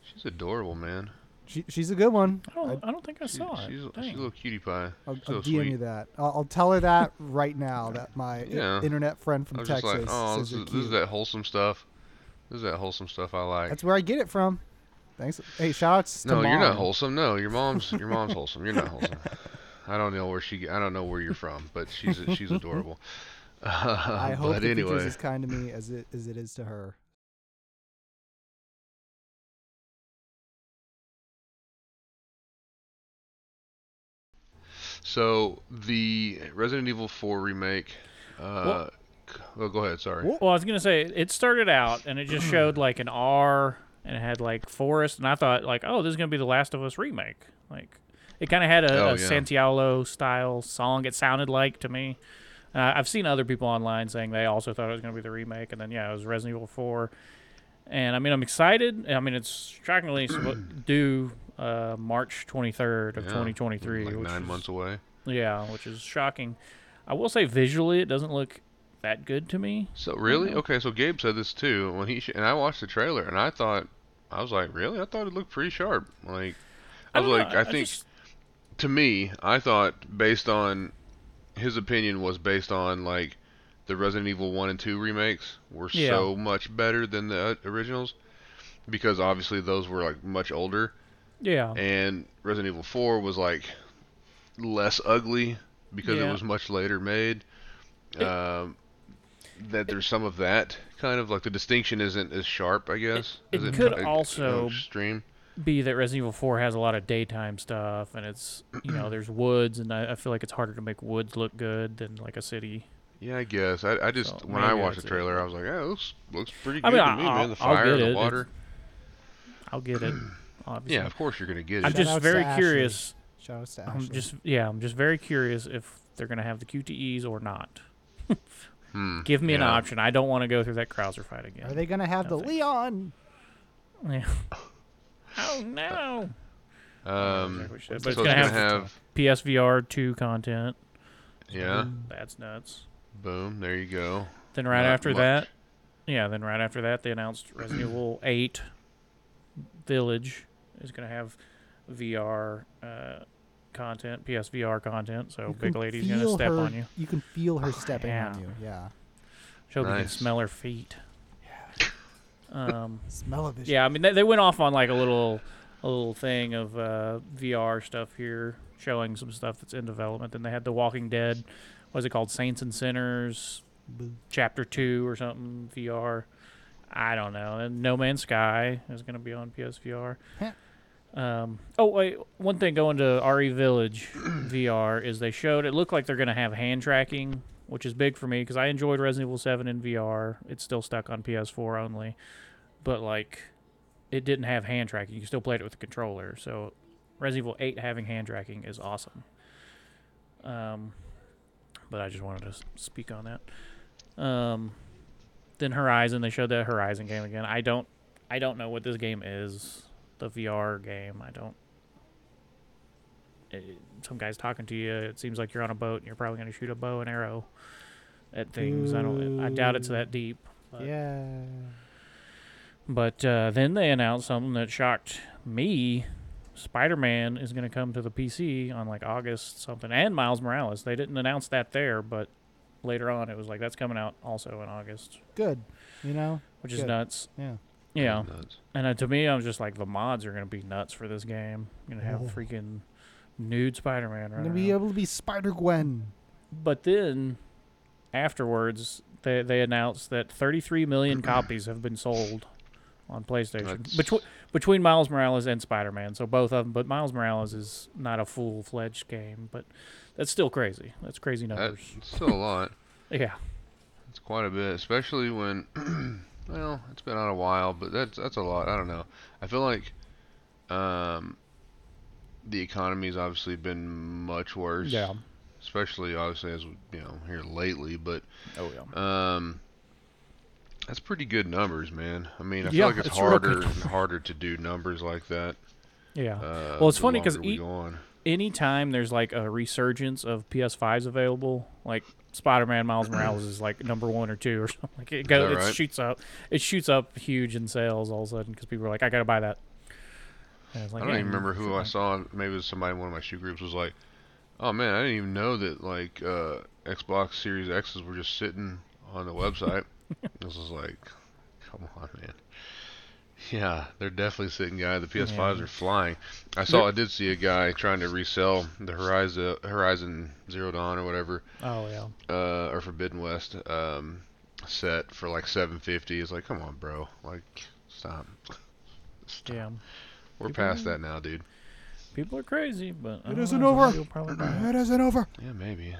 S1: She's adorable, man.
S3: She, she's a good one.
S2: I don't,
S3: I-
S2: I, don't think I
S1: She-
S2: saw it.
S1: she's, she's
S2: Dang.
S1: a little cutie pie.
S3: I'll,
S1: so
S3: I'll DM
S1: sweet.
S3: you that. I'll, I'll tell her that right now that my i-
S1: Yeah.
S3: internet friend from
S1: I was
S3: Texas
S1: just like, oh,
S3: says
S1: this
S3: you're
S1: is, this is
S3: cute."
S1: that wholesome stuff. This is that wholesome stuff I like.
S3: That's where I get it from. Thanks. Hey, shout outs
S1: no,
S3: to
S1: you're not
S3: Mom.
S1: wholesome. No, your mom's your mom's wholesome. You're not wholesome. I don't know where she. I don't know where you're from, but she's she's adorable. Uh,
S3: I hope
S1: but
S3: the
S1: anyway,
S3: future's as kind to me as it as it is to her.
S1: so the Resident Evil 4 remake. Uh, c- oh, go ahead. Sorry.
S2: Well, I was gonna say it started out and it just showed like an R and it had like forest, and I thought like, oh, this is gonna be the Last of Us remake. Like, it kind of had a,
S1: Oh,
S2: a
S1: yeah.
S2: Santiago style song. It sounded like to me. And I I've seen other people online saying they also thought it was gonna be the remake, and then yeah, it was Resident Evil Four. And I mean, I'm excited. I mean, it's shockingly sp- due uh, March 23rd of
S1: Yeah,
S2: 2023,
S1: Like
S2: which
S1: nine
S2: is-
S1: months away.
S2: Yeah, which is shocking. I will say visually, it doesn't look that good to me.
S1: So really?
S2: know.
S1: Okay. So Gabe said this too when he sh- and I watched the trailer and I thought I was like, really? I thought it looked pretty sharp. Like I was
S2: don't know,
S1: like, I, think
S2: just-
S1: to me, I thought based on his opinion was based on like the Resident Evil 1 and 2 remakes were
S2: Yeah.
S1: so much better than the uh, originals because obviously those were like much older
S2: yeah,
S1: and Resident Evil 4 was like less ugly because it
S2: Yeah.
S1: was much later made. Um, that there's some of that kind of like the distinction isn't as sharp, I guess.
S2: it
S1: as
S2: could
S1: uh, you know,
S2: also-
S1: extreme.
S2: be that Resident Evil Four has a lot of daytime stuff, and it's you know there's woods, and I, I feel like it's harder to make woods look good than like a city.
S1: Yeah, I guess. I, I just
S2: So,
S1: when I
S2: maybe
S1: watched the
S2: that's it.
S1: trailer, I was like, "Yeah, it looks looks pretty good
S2: I mean,
S1: to me,
S2: I-
S1: man. The
S2: I'll- I'll
S1: fire,
S2: get it.
S1: the
S2: It's-
S1: water."
S2: I'll get it. Obviously.
S1: Yeah, of course you're gonna get it.
S2: I'm
S3: Shout out
S2: just
S3: to
S2: very
S3: Ashley.
S2: curious.
S3: Shout outs to
S2: I'm
S3: Ashley.
S2: just yeah, I'm just very curious if they're gonna have the QTEs or not.
S1: Hmm,
S2: Give me an
S1: yeah.
S2: option. I don't want to go through that Krauser fight again.
S3: Are they gonna have the
S2: Nothing.
S3: Leon?
S2: Yeah. oh no!
S1: Um,
S2: Exactly what
S1: so
S2: she said, but
S1: it's
S2: it's
S1: gonna,
S2: gonna have
S1: have
S2: PSVR two content.
S1: yeah,
S3: Um,
S2: That's nuts.
S1: boom. There you go.
S2: Then right
S1: Not
S2: after
S1: much.
S2: that, yeah. Then right after that, they announced Resident Evil Eight Village is going to have VR uh, content, PSVR content.
S3: You
S2: So big
S3: can
S2: lady's going to
S3: feel
S2: step
S3: her-
S2: on you. Oh,
S3: You can feel her stepping
S2: yeah.
S3: on you. Yeah.
S2: She'll be can
S1: Nice.
S2: smell her feet. Um,
S3: Smell of it.
S2: yeah, I mean they, they went off on like a little a little thing of uh, VR stuff here, showing some stuff that's in development. Then they had The Walking Dead. What is it called? Saints and Sinners.
S3: Boo.
S2: chapter two or something VR. I don't know. And No Man's Sky is going to be on PSVR.
S3: Heh.
S2: um, oh wait, one thing going to RE Village VR is they showed it looked like they're going to have hand tracking, which is big for me because I enjoyed Resident Evil Seven in VR. It's still stuck on PS4 only, but like it didn't have hand tracking. You still played it with the controller. So Resident Evil Eight having hand tracking is awesome. Um, but I just wanted to s- speak on that. Um, then Horizon, they showed that Horizon game again. I don't, I don't know what this game is. The VR game, I don't. It, some guy's talking to you. It seems like you're on a boat and you're probably going to shoot a bow and arrow at things. I don't. I doubt it's
S3: Ooh.
S2: that deep. But,
S3: Yeah.
S2: But uh, then they announced something that shocked me. Spider-Man is going to come to the PC on like August something, and Miles Morales. They didn't announce that there, but later on it was like that's coming out also in August
S3: Good. You know.
S2: which is
S3: Good.
S2: nuts.
S3: Yeah.
S2: Yeah,
S1: Nuts.
S2: and uh, to me, I'm just like the mods are gonna be nuts for this game. You're gonna have
S3: Oh.
S2: freaking nude Spider-Man
S3: I'm
S2: running.
S3: gonna be
S2: around.
S3: able to be Spider Gwen.
S2: but then afterwards, they they announced that 33 million copies have been sold on PlayStation
S1: That's-
S2: between between Miles Morales and Spider-Man. So both of them, but Miles Morales is not a full-fledged game, but that's still crazy. That's crazy
S1: That's
S2: numbers.
S1: still a lot.
S2: yeah.
S1: It's quite a bit, especially when, well, it's been out a while, but that's that's a lot. I don't know. I feel like, um, the economy's obviously been much worse.
S2: Yeah.
S1: Especially obviously as you know here lately, but
S2: Oh yeah.
S1: um, That's pretty good numbers, man. I mean, I feel
S2: Yeah,
S1: like it's,
S2: it's real
S1: harder
S2: good.
S1: and harder to do numbers like that.
S2: Yeah.
S1: Uh,
S2: Well, it's
S1: the
S2: funny 'cause
S1: longer we
S2: e-
S1: go on.
S2: Anytime there's like a resurgence of PS5s available, like Spider-Man Miles Morales is like number one or two or something. Like it goes,
S1: that
S2: it
S1: right?
S2: shoots up, it shoots up huge in sales all of a sudden because people are like, I gotta buy that. And it's like,
S1: I don't
S2: yeah,
S1: even remember
S2: it's
S1: who I
S2: like-
S1: saw. Maybe it was somebody in one of my shoe groups was like, "Oh man, I didn't even know that like uh, Xbox Series X's were just sitting on the website." this is like, come on, man. Yeah, they're definitely sitting, guy. The PS5s
S2: Yeah.
S1: are flying. I saw. I did see a guy trying to resell the Horizon Horizon Zero Dawn or whatever,
S2: Oh yeah.
S1: uh, or Forbidden West um, set for like 750. It's like, come on, bro. Like, stop. Stop.
S2: Yeah.
S1: We're
S2: People-
S1: past that now, dude.
S2: People are crazy, but
S3: It
S2: I
S3: isn't
S2: don't know,
S3: over.
S2: you'll probably buy it.
S3: It isn't over.
S1: Yeah, maybe.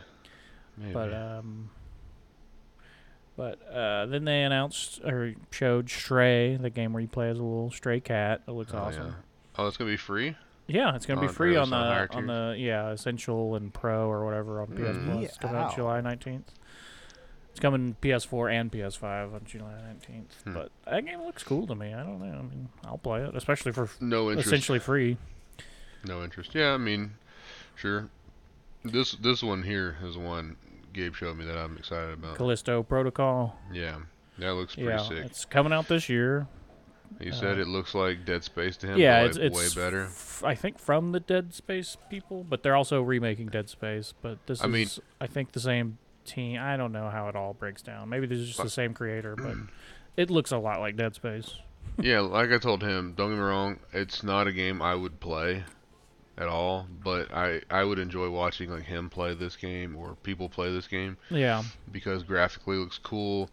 S1: Maybe.
S2: But um, but uh, then they announced or showed Stray, the game where you play as a little stray cat. It looks
S1: Oh,
S2: awesome.
S1: oh, it's gonna be free.
S2: Yeah. it's gonna
S1: On-
S2: be
S1: or at
S2: free
S1: least
S2: on the
S1: on higher
S2: on, the yeah Essential and Pro or whatever on PS
S1: Mm.
S2: Plus. It's coming out
S3: Yeeow.
S2: July nineteenth. It's coming PS4 and PS5 on July nineteenth.
S1: Hmm.
S2: But that game looks cool to me. I don't know. I mean, I'll play it, especially for f-
S1: No interest.
S2: essentially free.
S1: No interest. Yeah, I mean, sure. This this one here is one Gabe showed me that I'm excited about.
S2: Callisto Protocol.
S1: Yeah, that looks pretty
S2: yeah,
S1: Oh. sick.
S2: it's coming out this year.
S1: He said
S2: uh,
S1: it looks like Dead Space to him.
S2: yeah,
S1: but
S2: it's,
S1: like
S2: it's
S1: way better.
S2: f- I think from the Dead Space people, but they're also remaking Dead Space. But this
S1: I
S2: is,
S1: mean-
S2: I think, the same team. I don't know how it all breaks down. Maybe this is just
S1: But-
S2: the same creator, but it looks a lot like Dead Space.
S1: yeah, like I told him. Don't get me wrong. It's not a game I would play at all, but I I would enjoy watching like him play this game or people play this game.
S2: Yeah,
S1: because graphically it looks cool.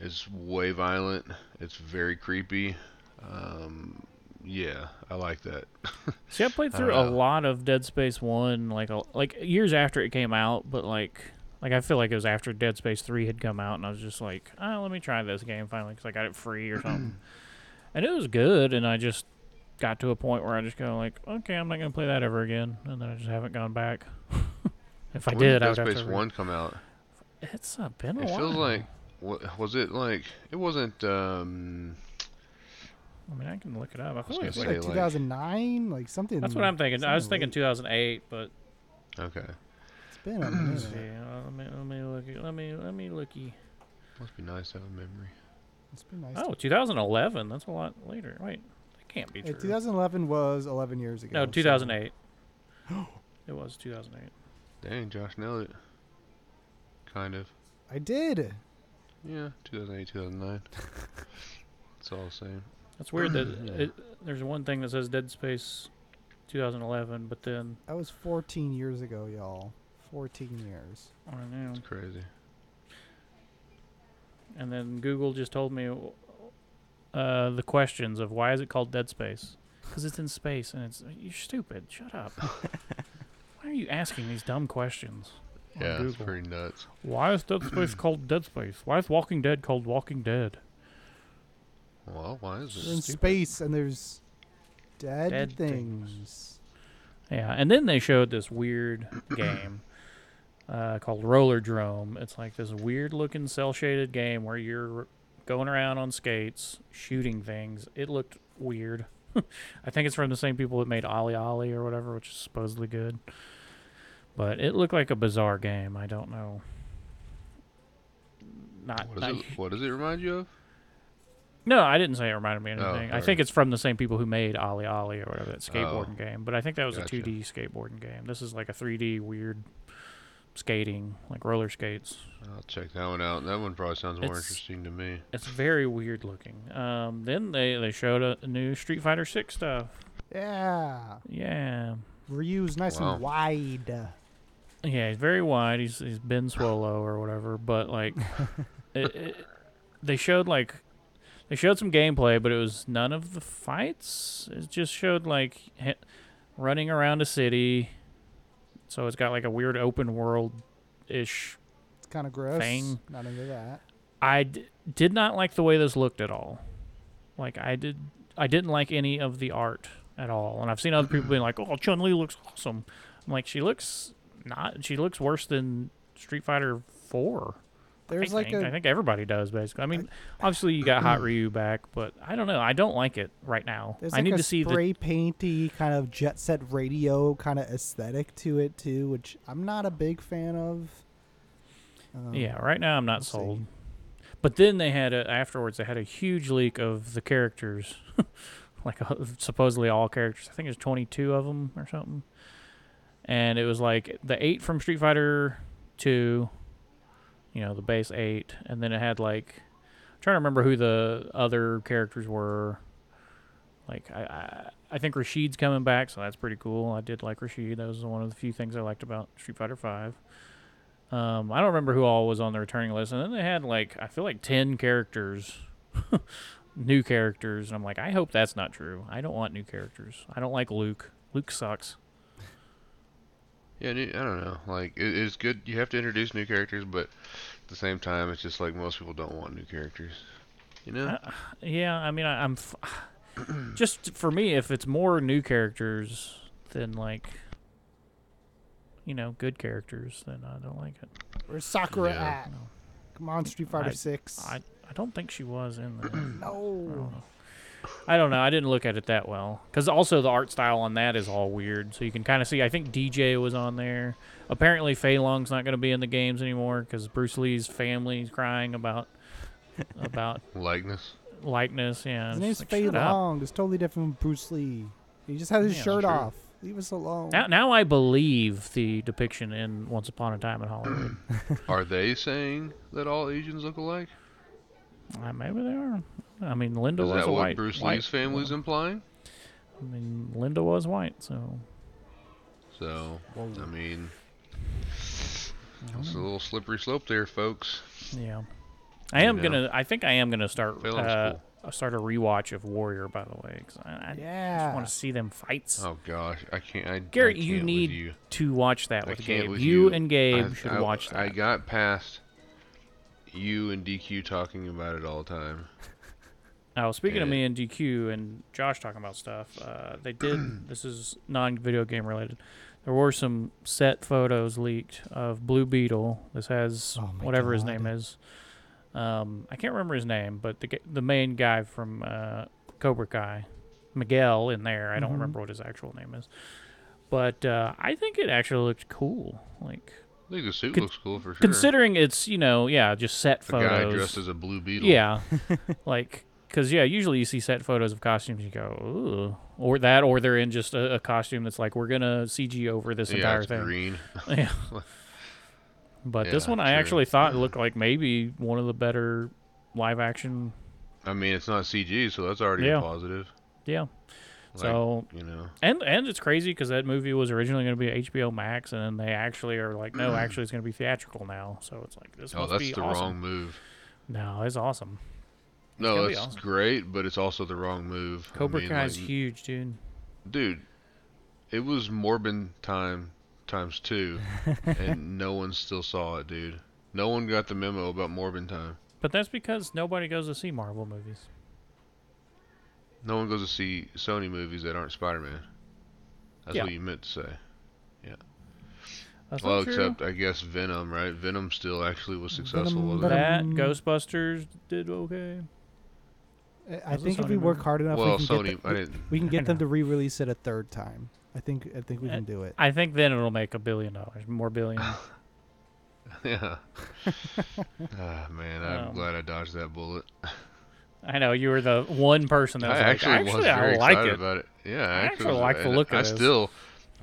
S1: It's way violent. It's very creepy. Um, yeah, I like that.
S2: see, I played
S1: I
S2: through a
S1: don't know.
S2: lot of Dead Space One, like a, like years after it came out, but like. Like I feel like it was after Dead Space Three had come out, and I was just like, "Ah, let me try this game finally," because I got it free or something, and it was good. And I just got to a point where I just go like, "Okay, I'm not gonna play that ever again," and then I just haven't gone back. if I
S1: When
S2: did,
S1: Dead
S2: I would
S1: Space
S2: have to. re-
S1: One come out?
S2: It's uh, been a
S1: It
S2: while.
S1: feels like wa- was it like it wasn't? Um,
S2: I mean, I can look it up. I feel
S1: gonna
S2: like it's
S1: say,
S2: like-
S1: like-
S3: Like 2009, like something.
S2: that's what I'm thinking. I was
S3: something
S2: thinking
S3: late.
S2: 2008, but
S1: okay,
S3: It's been a minute.
S2: let's see. Uh, let me let me look. Let me let me looky.
S1: must be nice to have a memory.
S3: It's been nice.
S2: Oh, 2011. That's a lot later. Wait, that can't be
S3: Hey,
S2: true.
S3: 2011 was 11 years ago.
S2: no,
S3: so-
S2: 2008. it was 2008.
S1: Dang, Josh nailed it. Kind of.
S3: I did.
S1: Yeah, 2008, 2009. it's all the same.
S2: That's weird that
S1: Yeah.
S2: it, there's one thing that says Dead Space 2011, but then
S3: That was 14 years ago, y'all. 14 years.
S2: I don't know.
S1: It's crazy.
S2: And then Google just told me uh, the questions of why is it called Dead Space? Because it's in space and it's you're stupid. Shut up. why are you asking these dumb questions? on
S1: Yeah, it's
S2: Google?
S1: pretty nuts.
S2: Why is Dead Space called Dead Space? Why is Walking Dead called Walking Dead?
S1: Well, why is
S3: We're in
S1: it?
S2: Stupid.
S3: space and there's dead,
S2: Dead
S3: things.
S2: Yeah, and then they showed this weird game uh, called Roller Drome. It's like this weird looking cell shaded game where you're going around on skates shooting things. It looked weird. I think it's from the same people that made Ollie Ollie or whatever, which is supposedly good. But it looked like a bizarre game. I don't know. Not,
S1: What,
S2: not
S1: is it? what does it remind you of?
S2: no, I didn't say it reminded me of
S1: Oh,
S2: anything. I
S1: fair
S2: think it's from the same people who made Ollie Ollie or whatever that skateboarding game. But I think that was
S1: Oh, Gotcha.
S2: a 2D skateboarding game. This is like a 3D weird skating, like roller skates.
S1: I'll check that one out. That one probably sounds more
S2: It's-
S1: interesting to me.
S2: It's very weird looking. Um, then they they showed a, a new Street Fighter Six stuff.
S3: Yeah.
S2: Yeah,
S3: Ryu's nice
S1: Wow.
S3: and wide.
S2: yeah. He's very wide. He's he's Ben Swallow or whatever. But like, it, it, they showed like. They showed some gameplay, but it was none of the fights. It just showed like hi- running around a city. So it's got like a weird open world ish.
S3: It's kind of gross.
S2: Thing.
S3: Not into that.
S2: I d- did not like the way this looked at all. Like I did, I didn't like any of the art at all. And I've seen other people being like, "Oh, Chun Li looks awesome." I'm like, she looks not. She looks worse than Street Fighter Four
S3: There's
S2: I
S3: like
S2: think.
S3: a
S2: I think everybody does basically. I mean, obviously you got Hot Ryu back, but I don't know. I don't like it right now.
S3: there's
S2: I
S3: like
S2: need
S3: a
S2: to see the
S3: spray painty kind of jet set radio kind of aesthetic to it too, which I'm not a big fan of. Um,
S2: Yeah, right now I'm not
S3: Let's see.
S2: sold. But then they had a, afterwards they had a huge leak of the characters, like uh, supposedly all characters. I think there's 22 of them or something. And it was like the eight from Street Fighter Two, you know, the base eight, and then it had like I'm trying to remember who the other characters were. Like I, I, I think Rashid's coming back, so that's pretty cool. I did like Rashid. That was one of the few things I liked about Street Fighter Five. Um, I don't remember who all was on the returning list, and then they had like I feel like ten characters, new characters, and I'm like, I hope that's not true. I don't want new characters. I don't like Luke. Luke sucks.
S1: Yeah, new, I don't know. Like it, it's good. You have to introduce new characters, but at the same time, it's just like most people don't want new characters. You know?
S2: Uh, yeah, I mean, I, I'm f- just for me, if it's more new characters than like, you know, good characters, then I don't like it.
S3: Where's Sakura
S1: Yeah.
S3: at? Come on, Street Fighter
S2: I-
S3: Six.
S2: I I don't think she was in there. I don't
S3: no.
S2: know. I don't know. I didn't look at it that well because also the art style on that is all weird. So you can kind of see. I think DJ was on there. Apparently, Fei Long's not going to be in the games anymore because Bruce Lee's family's crying about about
S1: Likeness.
S2: likeness. Yeah,
S3: His
S2: it's
S3: name's
S2: like,
S3: Fei
S2: shut up.
S3: Long. It's totally different from Bruce Lee. He just has his
S2: Yeah,
S3: shirt
S1: true.
S3: off. Leave us alone.
S2: Now, now I believe the depiction in Once Upon a Time in Hollywood.
S1: Are they saying that all Asians look alike?
S2: uh, maybe they are. I mean, Linda
S1: Is
S2: was
S1: that
S2: a
S1: what
S2: white.
S1: Bruce
S2: white
S1: Lee's family's implying?
S2: I mean, Linda was white, so
S1: So, I mean,
S2: I don't
S1: it's a
S2: know.
S1: little slippery slope there, folks.
S2: yeah. I
S1: You
S2: am
S1: know.
S2: gonna. I think I am gonna start.
S1: Failing
S2: Uh,
S1: school.
S2: I start a rewatch of Warrior, by the way, because I, I
S3: yeah.
S2: just want to see them fights.
S1: Oh gosh, I can't. I,
S2: Garrett,
S1: I
S2: you
S1: can't with
S2: need
S1: you.
S2: to watch that
S1: I
S2: with
S1: can't
S2: Gabe.
S1: with
S2: you,
S1: you.
S2: and Gabe
S1: I-
S2: should
S1: I-
S2: watch
S1: I
S2: that.
S1: got past you and DQ talking about it all the time.
S2: now, speaking of
S1: Yeah.
S2: me and DQ and Josh talking about stuff, uh, they did. this is non-video game related. There were some set photos leaked of Blue Beetle. This has
S3: Oh my
S2: whatever his
S3: God.
S2: name is. Um, I can't remember his name, but the g- the main guy from uh, Cobra Kai, Miguel, in there. I don't
S3: Mhm.
S1: Mm-hmm.
S2: remember what his actual name is, but uh, I think it actually looked cool. Like
S1: I think the suit
S2: Con-
S1: looks cool for sure.
S2: considering it's you know yeah just set
S1: the guy
S2: photos.
S1: dressed as a blue beetle.
S2: Yeah, like because yeah, usually you see set photos of costumes, you go ooh, or that, or they're in just a, a costume that's like we're gonna CG over this
S1: yeah,
S2: entire
S1: it's
S2: thing.
S1: green.
S2: Yeah. But this
S1: Yeah,
S2: one, I
S1: true.
S2: actually thought looked like maybe one of the better live action.
S1: I mean, it's not CG, so that's already
S2: Yeah.
S1: a positive.
S2: Yeah.
S1: Like,
S2: so
S1: you know,
S2: and and it's crazy because that movie was originally going to be HBO Max, and then they actually are like, no, actually it's going to be theatrical now. So it's like this
S1: oh,
S2: must
S1: that's
S2: be
S1: the
S2: awesome.
S1: wrong move.
S2: No, it's awesome.
S1: No,
S2: gonna be
S1: that's
S2: awesome.
S1: great, but it's also the wrong move. I
S2: Cobra
S1: mean,
S2: Kai's
S1: like,
S2: huge, dude.
S1: dude. It was Morbin time times two, and no one still saw it, dude. No one got the memo about Morbin time.
S2: But that's because nobody goes to see Marvel movies.
S1: No one goes to see Sony movies that aren't Spider-Man. That's
S2: Yeah.
S1: what you meant to say.
S2: That's
S1: well,
S2: not true.
S1: except I guess Venom, right? Venom still actually was successful,
S3: Venom-
S1: wasn't it?
S2: that
S3: Um,
S2: Ghostbusters did okay.
S3: I- I
S2: That's a
S3: think if
S2: Sony
S3: we work
S2: movie.
S3: hard enough,
S1: Well,
S3: we can
S1: Sony,
S3: get the-
S1: I didn't.
S3: we can
S2: I
S3: get them
S2: know.
S3: to re-release it a third time. I think I think we
S2: Uh,
S3: can do it.
S2: I think then it'll make a billion dollars, more billion.
S1: Yeah. ah, man, I'm
S2: Um,
S1: glad I dodged that bullet.
S2: I know you were the one person that
S1: I
S2: was like,
S1: actually,
S2: actually,
S1: was
S2: I
S1: very
S2: like
S1: excited
S2: it.
S1: about it. Yeah,
S2: I actually
S1: was-
S2: like the
S1: and
S2: look of
S1: I
S2: this.
S1: still,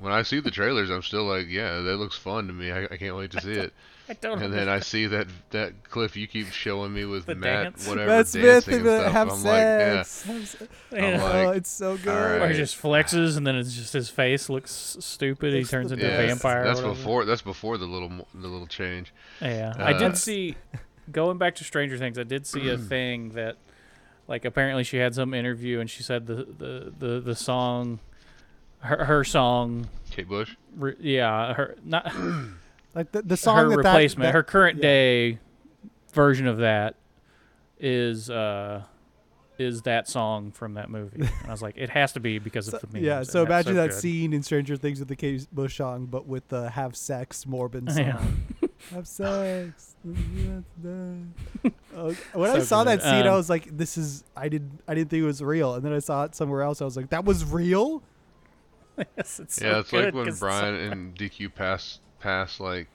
S1: when I see the trailers, I'm still like, yeah, that looks fun to me. I, I can't wait to see it.
S2: I don't.
S1: And then I see that that clip you keep showing me with
S2: The
S1: Matt,
S2: dance.
S1: whatever,
S3: Matt Smith
S1: dancing and
S3: the
S1: stuff.
S3: have
S1: I'm
S3: sex. Have se-
S1: I'm
S2: Yeah.
S1: like,
S3: oh, it's so good.
S2: Or he
S1: right.
S2: just flexes, and then it's just his face looks s- stupid. He
S3: It's
S2: turns
S3: the
S1: like,
S2: into
S1: yeah,
S2: a
S3: best.
S2: vampire. or
S1: That's
S2: whatever.
S1: before. That's before the little mo- the little change.
S2: Yeah, I
S1: Uh,
S2: did see. Going back to Stranger Things, I did see a thing that, like, apparently she had some interview and she said the the the, the song, her her song,
S1: Kate Bush.
S2: re, yeah, her not
S3: Like the, the song
S2: her
S3: that
S2: replacement,
S3: that,
S2: her current
S3: yeah.
S2: day version of that is uh is that song from that movie. And I was like, it has to be because of
S3: So-
S2: the memes.
S3: yeah,
S2: and
S3: so
S2: that's
S3: imagine that
S2: good.
S3: scene in Stranger Things with the Kate Bush song, but with the have sex Morbin song.
S2: Yeah.
S3: Have sex. Oh, when I
S2: So
S3: saw that
S2: good.
S3: scene, I
S2: Um,
S3: was like, "This is." I didn't. I didn't think it was real, and then I saw it somewhere else. I was like, "That was real."
S2: yes, it's so
S1: yeah, it's
S2: good
S1: like when
S2: 'cause it's
S1: Brian and DQ pass pass like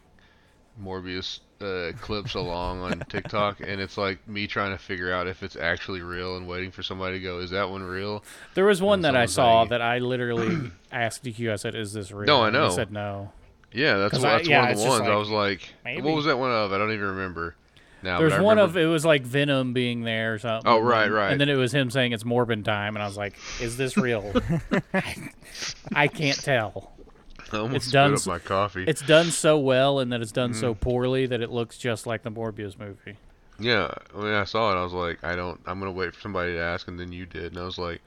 S1: Morbius uh, clips along on TikTok, and it's like me trying to figure out if it's actually real and waiting for somebody to go, "Is that one real?"
S2: There was one
S1: And
S2: that I
S1: someone's
S2: saw
S1: like-
S2: that I literally asked DQ. I said, "Is this real?"
S1: No, I
S2: And he
S1: know.
S2: said no.
S1: Yeah, that's,
S2: 'Cause
S1: one-
S2: I-
S1: that's
S2: yeah,
S1: one of
S2: it's
S1: the
S2: just
S1: ones. I
S2: like,
S1: was like,
S2: maybe.
S1: "What was that one of?" I don't even remember. Now
S2: There
S1: but
S2: was
S1: I
S2: one of
S1: remember,
S2: it was like Venom being there or something.
S1: Oh, right,
S2: and-
S1: right.
S2: And then it was him saying it's Morbin time, and I was like, "Is this real?" I can't tell.
S1: I almost
S2: it's
S1: spit
S2: done
S1: up
S2: s-
S1: my coffee.
S2: It's done so well, and that it's done
S1: Mm-hmm.
S2: so poorly that it looks just like the Morbius movie.
S1: Yeah, when I saw it, I was like, I don't. I'm gonna wait for somebody to ask, and then you did, and I was like,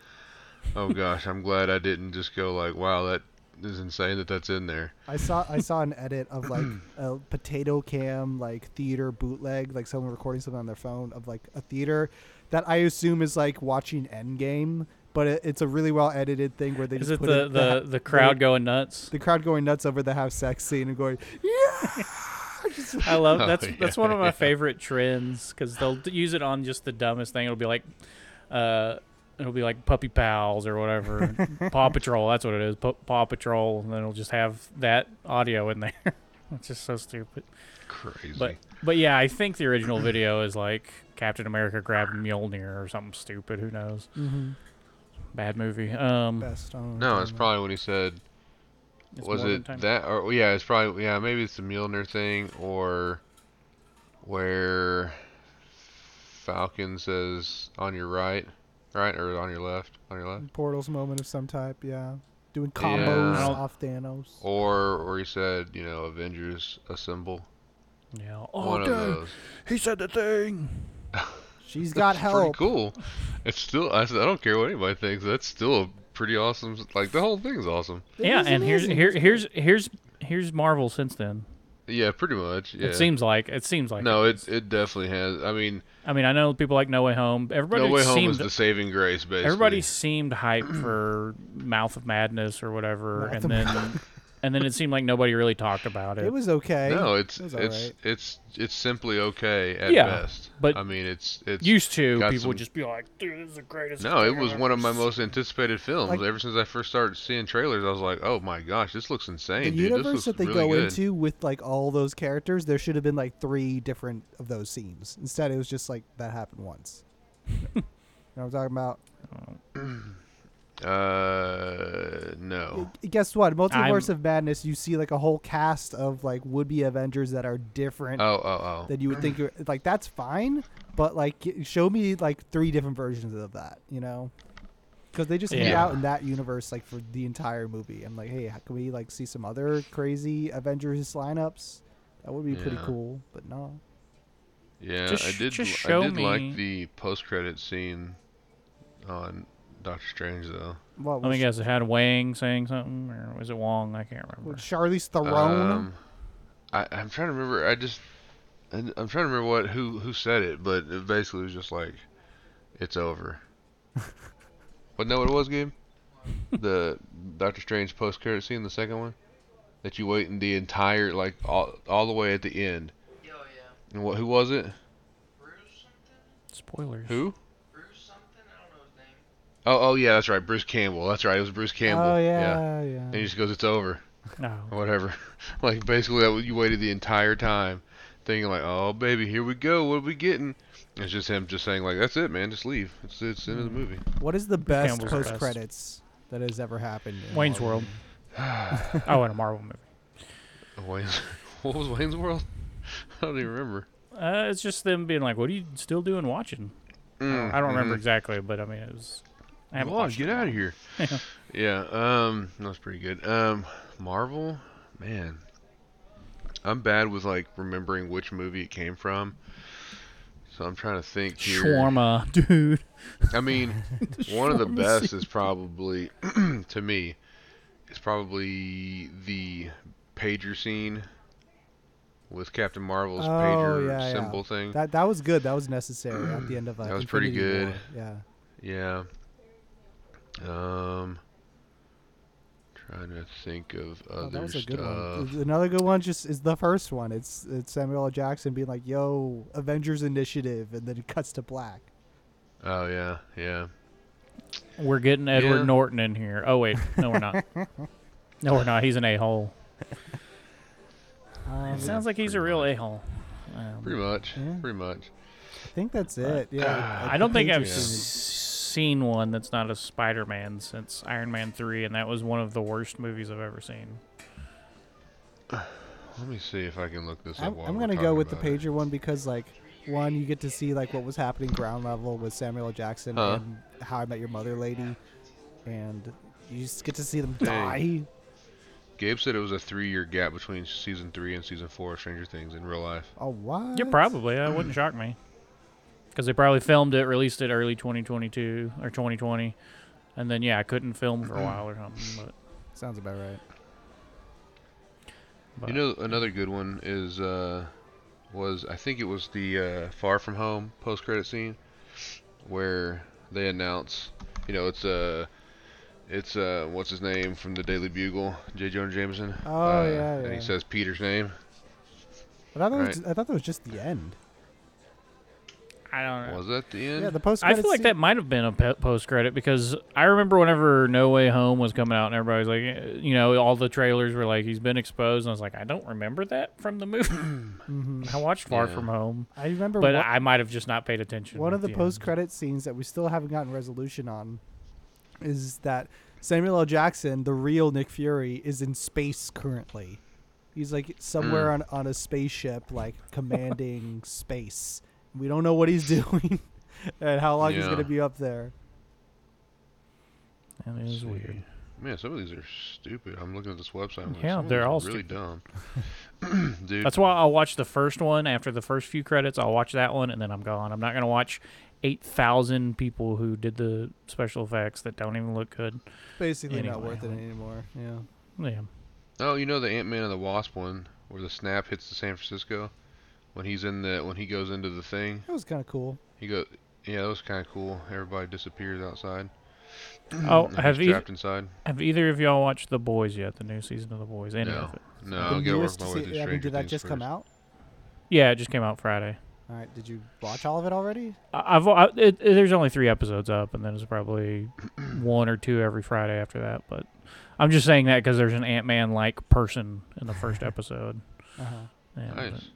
S1: Oh gosh, I'm glad I didn't just go like, Wow, that is insane that that's in there.
S3: I saw. I saw an edit of like a potato cam, like theater bootleg, like someone recording something on their phone of like a theater that I assume is like watching Endgame, but it, it's a really well edited thing where they
S2: Is
S3: just
S2: it
S3: put
S2: the
S3: it-
S2: the, the crowd going nuts?
S3: the crowd going nuts over the have sex scene and going, yeah. Just-
S2: I love
S1: Oh,
S2: that's that's
S1: yeah,
S2: one of my
S1: yeah.
S2: favorite trends because they'll d- use it on just the dumbest thing. It'll be like, uh, it'll be like puppy pals or whatever, Paw Patrol. That's what it is, P- Paw Patrol, and then it'll just have that audio in there. it's just so stupid.
S1: Crazy.
S2: But but yeah, I think the original video is like Captain America grabbing Mjolnir or something stupid. Who knows? Bad movie. Um,
S3: Best. I don't know what
S1: no,
S3: I'm
S1: it's
S3: talking
S1: probably when he said,
S2: it's
S1: Was
S2: Mormon
S1: it
S2: time.
S1: that? Or yeah, it's probably yeah. Maybe it's the Mjolnir thing, or where Falcon says on your right, right, or on your left, on your left,
S3: about. Portals moment of some type. Yeah, doing
S1: Yeah. Oh,
S3: combos
S2: I don't-
S3: off Thanos.
S1: or or he said, you know, Avengers assemble.
S2: Yeah.
S1: One
S2: Oh,
S1: of
S2: dude,
S1: those.
S2: he said the thing.
S3: She's got
S1: That's pretty
S3: help.
S1: cool. It's still. I, s- I don't care what anybody thinks. That's still a pretty awesome. s- Like the whole thing's awesome.
S3: It
S2: yeah,
S3: is
S2: and here's
S3: amazing.
S2: here here's here's here's Marvel since then.
S1: Yeah, pretty much. Yeah.
S2: It seems like it seems like.
S1: no,
S2: it
S1: it
S2: is.
S1: it definitely has. I mean,
S2: I mean, I know people like No Way Home. Everybody
S1: No Way Home
S2: seemed
S1: is the saving grace, basically.
S2: everybody seemed hype for Mouth of Madness or whatever,
S3: Mouth
S2: and
S3: of
S2: then and then it seemed like nobody really talked about it.
S3: It was okay.
S1: No, it's
S3: It was
S1: it's
S3: all
S1: it's,
S3: right.
S1: it's simply okay at
S2: Yeah,
S1: best.
S2: but
S1: I mean, it's it's
S2: Used to
S1: got
S2: people
S1: some-
S2: would just be like, "Dude, this is the greatest."
S1: No, it
S2: thing
S1: was
S2: I've
S1: one of
S2: ever
S1: my most anticipated films.
S3: Like-
S1: Ever since I first started seeing trailers, I was like, "Oh my gosh, this looks insane,
S3: the
S1: dude! this
S3: universe
S1: looks
S3: that they
S1: really
S3: go
S1: good."
S3: into with like all those characters, there should have been like three different of those scenes. Instead, it was just like that happened once. you know what I'm talking about?
S1: Uh, no.
S3: I- Guess what? Multiverse
S2: I'm-
S3: of Madness, you see like a whole cast of like would-be Avengers that are different
S1: Oh, oh, oh.
S3: than you would think. You're, like that's fine, but like y- show me like three different versions of that. You know, because they just hang
S2: Yeah.
S3: out in that universe like for the entire movie. I'm like, hey, how can we like see some other crazy Avengers lineups? That would be pretty
S1: Yeah.
S3: cool, but no.
S1: Yeah,
S2: Just
S1: I
S2: sh-
S1: did.
S2: just
S1: l-
S2: show
S1: I did
S2: me-
S1: like the post-credit scene on Doctor Strange, though.
S3: What
S2: Let me
S3: was,
S2: guess. It had Wang saying something, or was it Wong? I can't remember.
S3: was Charlize Theron?
S1: Um, I, I'm trying to remember. I just, I, am trying to remember what who who said it, but it basically was just like, it's over. but no, it was game. The Doctor Strange post credit scene, the second one, that you wait in the entire like all all the way at the end.
S4: Yo, yeah.
S1: And what? Who was it?
S4: Bruce something?
S2: Spoilers.
S1: Who?
S4: Bruce something? I don't know his name.
S1: Oh, oh yeah, that's right. Bruce Campbell. That's right. It was Bruce Campbell.
S3: Oh
S1: yeah.
S3: yeah, yeah.
S1: And he just goes, it's over.
S2: No.
S1: or whatever. like basically, that was- you waited the entire time, thinking like, "Oh baby, here we go. What are we getting?" It's just him just saying like, "That's it, man. Just leave. It's it's the end of the movie."
S3: What is the best
S2: Campbell's best.
S3: post credits that has ever happened? in
S2: Wayne's
S3: Marvel?
S2: World. oh, in a Marvel movie.
S1: Wayne's, what was Wayne's World? I don't even remember.
S2: Uh, it's just them being like, "What are you still doing watching?" I don't- I don't remember exactly, but I mean, it was. I haven't
S1: Mm, Come on,
S2: watched
S1: Hmm. Mm-hmm. get
S2: it in a
S1: out
S2: while.
S1: of here. yeah, um, that's pretty good. Um, Marvel, man, I'm bad with like remembering which movie it came from. So I'm trying to think here.
S2: Shawarma, dude.
S1: I mean, one of the best is probably, to me, is probably the pager scene with Captain Marvel's
S3: Oh,
S1: pager
S3: yeah, yeah.
S1: symbol thing.
S3: That that was good. That was necessary at the end of uh,
S1: That was pretty
S3: Infinity
S1: good.
S3: War. Yeah.
S1: Yeah. Um. Trying to think of other
S3: Oh, that was a good
S1: stuff.
S3: one. Another good one just is the first one. It's it's Samuel L. Jackson being like, "Yo, Avengers Initiative," and then it cuts to black.
S1: Oh yeah, yeah.
S2: We're getting Edward
S1: Yeah.
S2: Norton in here. Oh wait, no we're not. no we're not. He's an a hole.
S3: Um,
S2: It sounds like he's a real a hole. Um,
S1: Pretty much.
S3: Yeah.
S1: Pretty much.
S3: I think that's it. Yeah,
S2: I don't think I've
S1: Yeah.
S2: s- seen one that's not a Spider-Man since Iron Man three, and that was one of the worst movies I've ever seen.
S1: Let me see if I can look this up.
S3: I'm,
S1: while
S3: I'm
S1: we're
S3: gonna go
S1: talking
S3: with the
S1: about it.
S3: pager one because like one you get to see like what was happening ground level with Samuel L. Jackson
S1: Huh.
S3: and How I Met Your Mother lady, and you just get to see them
S1: Hey.
S3: die.
S1: Gabe said it was a three-year gap between season three and season four of Stranger Things in real life.
S3: Oh what?
S2: Yeah, probably. That wouldn't shock me. Mm. Because they probably filmed it, released it early 2022 or 2020, and then yeah, I couldn't film
S1: Mm-hmm.
S2: for a while or something. But,
S3: Sounds about right.
S2: but
S1: You know, another good one is uh, was I think it was the uh, Far From Home post-credit scene where they announce, you know, it's uh, it's uh, what's his name from the Daily Bugle, J. Jonah Jameson.
S3: Oh,
S1: uh,
S3: yeah,
S1: And
S3: yeah.
S1: he says Peter's name.
S3: I thought that was
S1: Right.
S3: I thought that was just the end.
S2: I don't know.
S1: Was that the end?
S3: Yeah, the post.
S2: I feel like that might have been a pe- post credit because I remember whenever No Way Home was coming out and everybody was like, eh, you know, all the trailers were like, he's been exposed. And I was like, I don't remember that from the movie.
S3: hmm
S2: I watched Far
S1: Yeah.
S2: From Home,
S3: I remember.
S2: but
S3: wa-
S2: I might have just not paid attention.
S3: One
S2: at
S3: of the
S2: end.
S3: post credit scenes that we still haven't gotten resolution on is that Samuel L. Jackson, the real Nick Fury, is in space currently. He's like somewhere
S1: Mm.
S3: on, on a spaceship, like commanding space. We don't know what he's doing and how long he's
S1: Yeah.
S3: going to be up there.
S2: And it was weird.
S1: Man, some of these are stupid. I'm looking at this website. I'm like,
S2: Yeah,
S1: some of
S2: they're
S1: these are
S2: all
S1: really dumb. Dude,
S2: That's why I'll watch the first one after the first few credits. I'll watch that one and then I'm gone. I'm not going to watch 8,000 people who did the special effects that don't even look good.
S3: Basically, not
S2: Anyway,
S3: worth it
S2: like-
S3: anymore. Yeah.
S2: Yeah.
S1: Oh, you know the Ant Man and the Wasp one, where the snap hits the San Francisco, when he's in the when he goes into the thing,
S3: That was kind of cool.
S1: he go. Yeah, that was kind of cool. Everybody disappears outside.
S2: Oh,
S1: and
S2: have,
S1: he's
S2: e-
S1: trapped inside.
S2: have either of y'all watched The Boys yet? The new season of The Boys? Any
S1: No.
S2: of it?
S1: No,
S3: The
S1: I'll get work
S3: newest
S1: my
S3: to
S1: way
S3: see-
S1: through
S3: I
S1: Stranger
S3: mean, did that
S1: Things
S3: just come
S1: first.
S3: out?
S2: Yeah, it just came out Friday.
S3: All right. Did you watch all of it already?
S2: I- I've I, it, it- there's only three episodes up, and then it's probably one or two every Friday after that. But I'm just saying that because there's an Ant Man like person in the first episode.
S3: Uh-huh.
S2: And
S1: Nice.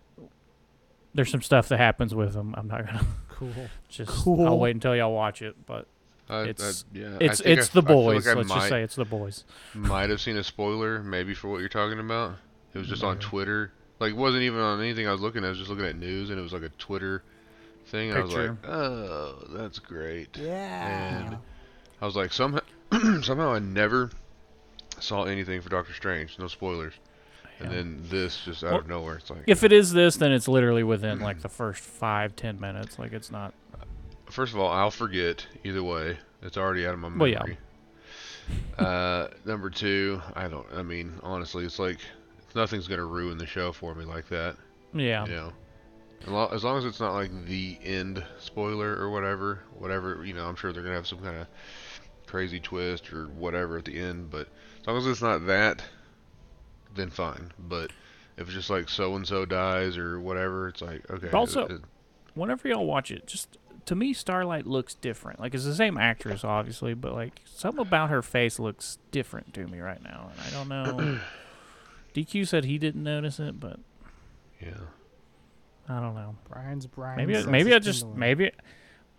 S2: There's some stuff that happens with him. I'm not gonna
S3: Cool.
S2: just. I'll
S3: Cool.
S2: wait until y'all watch it. But
S1: I, I-
S2: It's-
S1: yeah, I
S2: it's
S1: think I
S2: it's
S1: f-
S2: the
S1: I feel
S2: boys.
S1: Like I
S2: Let's
S1: might,
S2: just say it's the boys.
S1: might have seen a spoiler, maybe for what you're talking about. It was just on
S3: Mm-hmm.
S2: Maybe.
S1: Twitter. Like it wasn't even on anything I was looking at. I was just looking at news, and it was like a Twitter thing. and I was
S2: Picture.
S1: like, oh, that's great.
S3: Yeah.
S1: And I was like, somehow, somehow I never saw anything for Doctor Strange. No spoilers. And
S2: Yeah.
S1: then this just out of nowhere. It's like
S2: If it is this, then it's literally within
S1: Mm.
S2: like the first five ten minutes. Like it's not.
S1: First of all, I'll forget either way. It's already out of my
S2: Well, yeah.
S1: memory. uh, number two, I don't. I mean, honestly, it's like nothing's gonna ruin the show for me like that.
S2: Yeah.
S1: You know, As lo- as long as it's not like the end spoiler or whatever, whatever. You know, I'm sure they're gonna have some kind of crazy twist or whatever at the end. But as long as it's not that, then fine. But if it's just like so and so dies or whatever, it's like okay.
S2: But also-
S1: it- it-
S2: whenever y'all watch it, just to me, Starlight looks different. Like it's the same actress, obviously, but like something about her face looks different to me right now, and I don't know. DQ said he didn't notice it, but
S1: yeah.
S2: I don't know.
S3: Brian's Brian.
S2: Maybe I,
S3: senses
S2: maybe I just
S3: tingling.
S2: maybe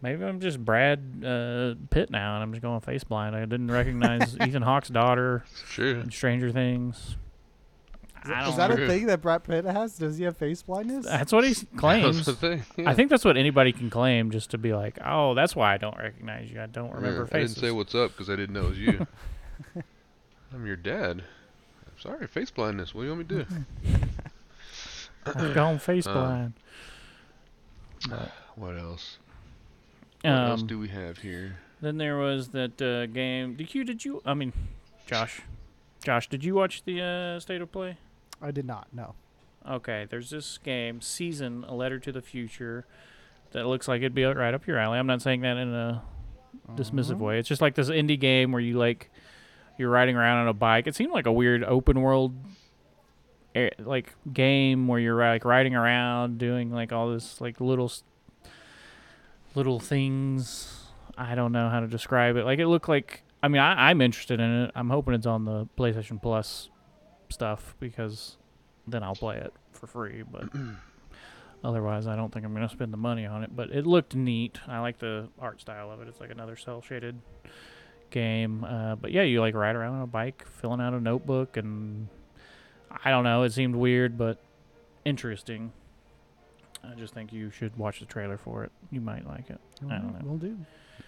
S2: maybe I'm just Brad uh, Pitt now, and I'm just going face blind. I didn't recognize Ethan Hawke's daughter
S1: Sure.
S2: in Stranger Things.
S3: Is that-
S2: I
S3: is
S2: don't
S3: that
S1: know.
S3: a thing that Brad Pitt has? Does he have face blindness?
S2: That's what he s- claims. I think that's what anybody can claim, just to be like, "Oh, that's why I don't recognize you. I don't remember
S1: Yeah,
S2: faces."
S1: I didn't say what's up because I didn't know it was you. I'm your dad. I'm sorry, face blindness. What do you want me to do?
S2: I've gone face
S1: Um,
S2: blind. Mm-hmm.
S1: What else? What else
S2: Um,
S1: do we have here?
S2: then there was that uh, game. DQ, did you? I mean, Josh, Josh, did you watch the uh, state of play?
S3: I did not. No.
S2: Okay, there's this game, Season: A Letter to the Future, that looks like it'd be right
S3: Mm-hmm. Uh-huh.
S2: up your alley. I'm not saying that in a dismissive way. It's just like this indie game where you like You're riding around on a bike. It seemed like a weird open world, eh, like game where you're like riding around doing like all this like little, s- little things. I don't know how to describe it. Like it looked like. I mean, I, I'm interested in it. I'm hoping it's on the PlayStation Plus stuff because then I'll play it for free. But otherwise, I don't think I'm gonna spend the money on it. But it looked neat. I like the art style of it. It's like another cell shaded game. Uh, but yeah, you like ride around on a bike, filling out a notebook, and I don't know. It seemed weird, but interesting. I just think you should watch the trailer for it. You might like it. I don't know.
S3: Will do.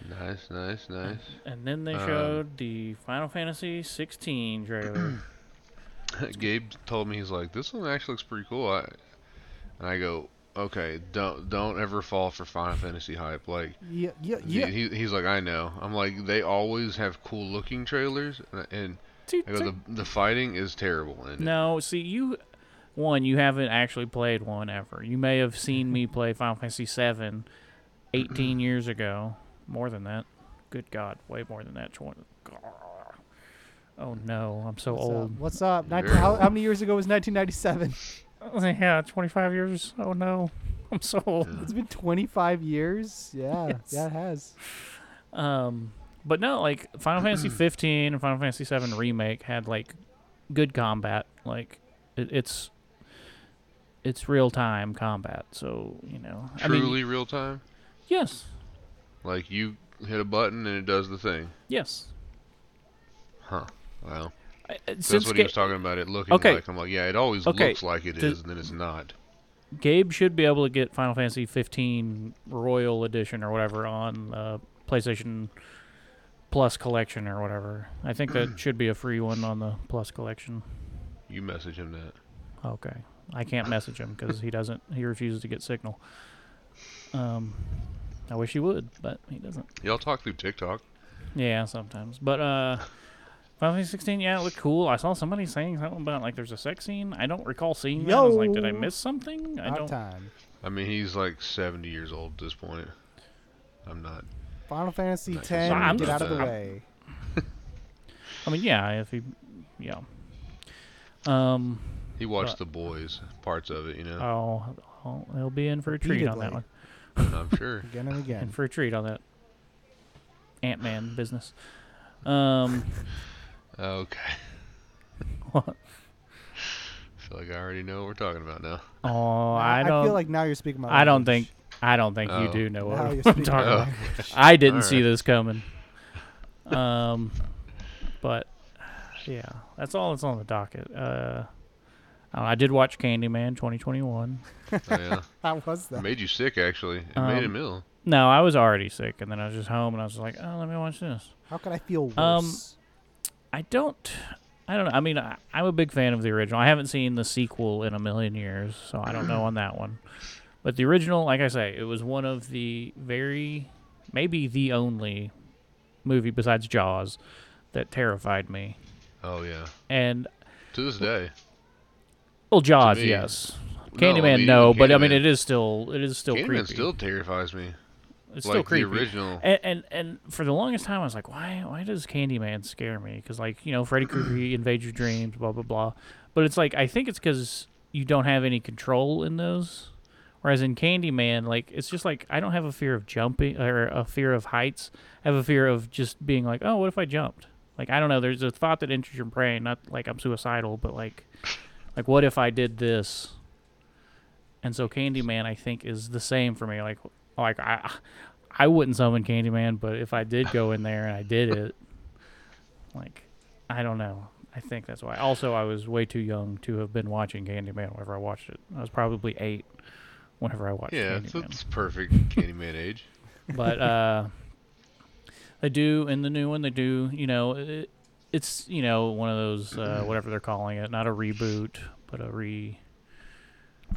S1: Nice, nice, nice.
S2: And then they
S1: Um,
S2: showed the Final Fantasy 16 trailer.
S1: Gabe told me he's like, this one actually looks pretty cool. I, and I go, okay, don't don't ever fall for Final Fantasy hype. Like,
S3: Yeah, yeah,
S1: he-
S3: yeah.
S1: he, he's like, I know. I'm like, they always have cool looking trailers, and- and I go, the the fighting is terrible. And
S2: No, see you. One, you haven't actually played one ever. You may have seen
S3: Mm-hmm.
S2: me play Final Fantasy VII 18 years ago. More than that. Good God, way more than that. Twen- Grr. Oh no, I'm so
S3: What's
S2: old.
S3: up? What's up? 19,
S1: Very
S3: how,
S1: old.
S3: how many years ago was 1997?
S2: Yeah, 25 years. Oh no, I'm so old.
S1: Mm.
S3: It's been 25 years. Yeah,
S2: Yes.
S3: yeah, it has.
S2: Um, but no, like Final Fantasy 15 and Final Fantasy 7 remake had like good combat. Like it, it's it's real time combat. So you know, I mean,
S1: truly real time.
S2: yes,
S1: Like you hit a button and it does the thing.
S2: yes.
S1: Huh. Wow.
S2: I- I-
S1: That's
S2: Since
S1: what he
S2: Ga-
S1: was talking about. It looking
S2: Okay.
S1: like. I'm like, yeah, it always
S2: Okay,
S1: looks like it is,
S2: the-
S1: and then it's not.
S2: Gabe should be able to get Final Fantasy 15 Royal Edition or whatever on uh, PlayStation Plus Collection or whatever. I think that should be a free one on the Plus Collection.
S1: You message him that.
S2: Okay. I can't message him because he doesn't. He refuses to get signal. Um, I wish he would, but he doesn't.
S1: Y'all talk through TikTok.
S2: Yeah, sometimes. But uh, Final Fantasy 16, yeah, it looked cool. I saw somebody saying something about like there's a sex scene. I don't recall seeing that. I was like, did I
S3: Yo.
S2: miss something? I
S3: About
S2: don't.
S3: time.
S1: I mean, he's like 70 years old at this point. I'm not.
S3: Final Fantasy
S1: Nice.
S3: 10.
S2: I'm
S3: get
S1: just-
S3: out of the
S1: I'm-
S3: way.
S2: I mean, yeah, if he, yeah. Um.
S1: He watched
S2: But-
S1: The Boys, parts of it, you know.
S2: Oh, oh, he'll be in for a treat on that
S3: Repeatedly.
S2: one. Oh.
S1: I'm sure.
S3: Again and
S2: In
S3: again.
S2: for a treat on that Ant Man business. Um.
S1: Okay.
S2: What?
S1: I feel like I already know what we're talking about now.
S2: Oh, I
S3: I
S2: don't.
S3: feel like now you're speaking my
S2: I don't
S3: language.
S2: think. I don't think you
S1: Oh.
S2: do know what
S3: Now
S2: I'm
S3: you're
S2: talking
S3: speaking my
S2: about.
S3: language.
S2: I didn't see
S1: Alright.
S2: this coming. Um, but yeah, that's all that's on the docket. Uh, I, don't know, I did watch Candyman 2021.
S1: Oh, yeah.
S3: How was that?
S1: It made you sick, actually. It made
S2: Um,
S1: him ill.
S2: No, I was already sick, and then I was just home, and I was like, oh, let me watch this.
S3: How could I feel worse?
S2: Um, I don't. I don't know. I mean, I, I'm a big fan of the original. I haven't seen the sequel in a million years, so I don't
S1: Mm-hmm.
S2: know on that one. But the original, like I say, it was one of the very, maybe the only movie besides Jaws that terrified me.
S1: Oh, yeah.
S2: And
S1: To this day.
S2: well, Jaws,
S1: me-
S2: yes.
S1: No, I
S2: Candyman, no,
S1: mean, even
S2: but I mean,
S1: Candyman-
S2: it is still, it is still
S1: Candyman
S2: creepy.
S1: still terrifies me.
S2: it's
S1: like
S2: still creepy.
S1: the original.
S2: And, and and for the longest time, I was like, why why does Candyman scare me? Because like you know, Freddy Krueger he invades your dreams, blah blah blah. But it's like I think it's because you don't have any control in those. Whereas in Candyman, like it's just like I don't have a fear of jumping or a fear of heights. I have a fear of just being like, oh, what if I jumped? Like I don't know. There's a thought that enters your brain. Not like I'm suicidal, but like, like what if I did this? And so Candyman, I think, is the same for me. Like, like I, I wouldn't summon Candyman, but if I did go in there and I did it, like, I don't know. I think that's why. Also, I was way too young to have been watching Candyman whenever I watched it. I was probably eight whenever I watched
S1: yeah, it's,
S2: Candyman.
S1: it's perfect Candyman age.
S2: but uh, they do in the new one. They do, you know, it, it's you know one of those uh, whatever they're calling it, not a reboot, but a re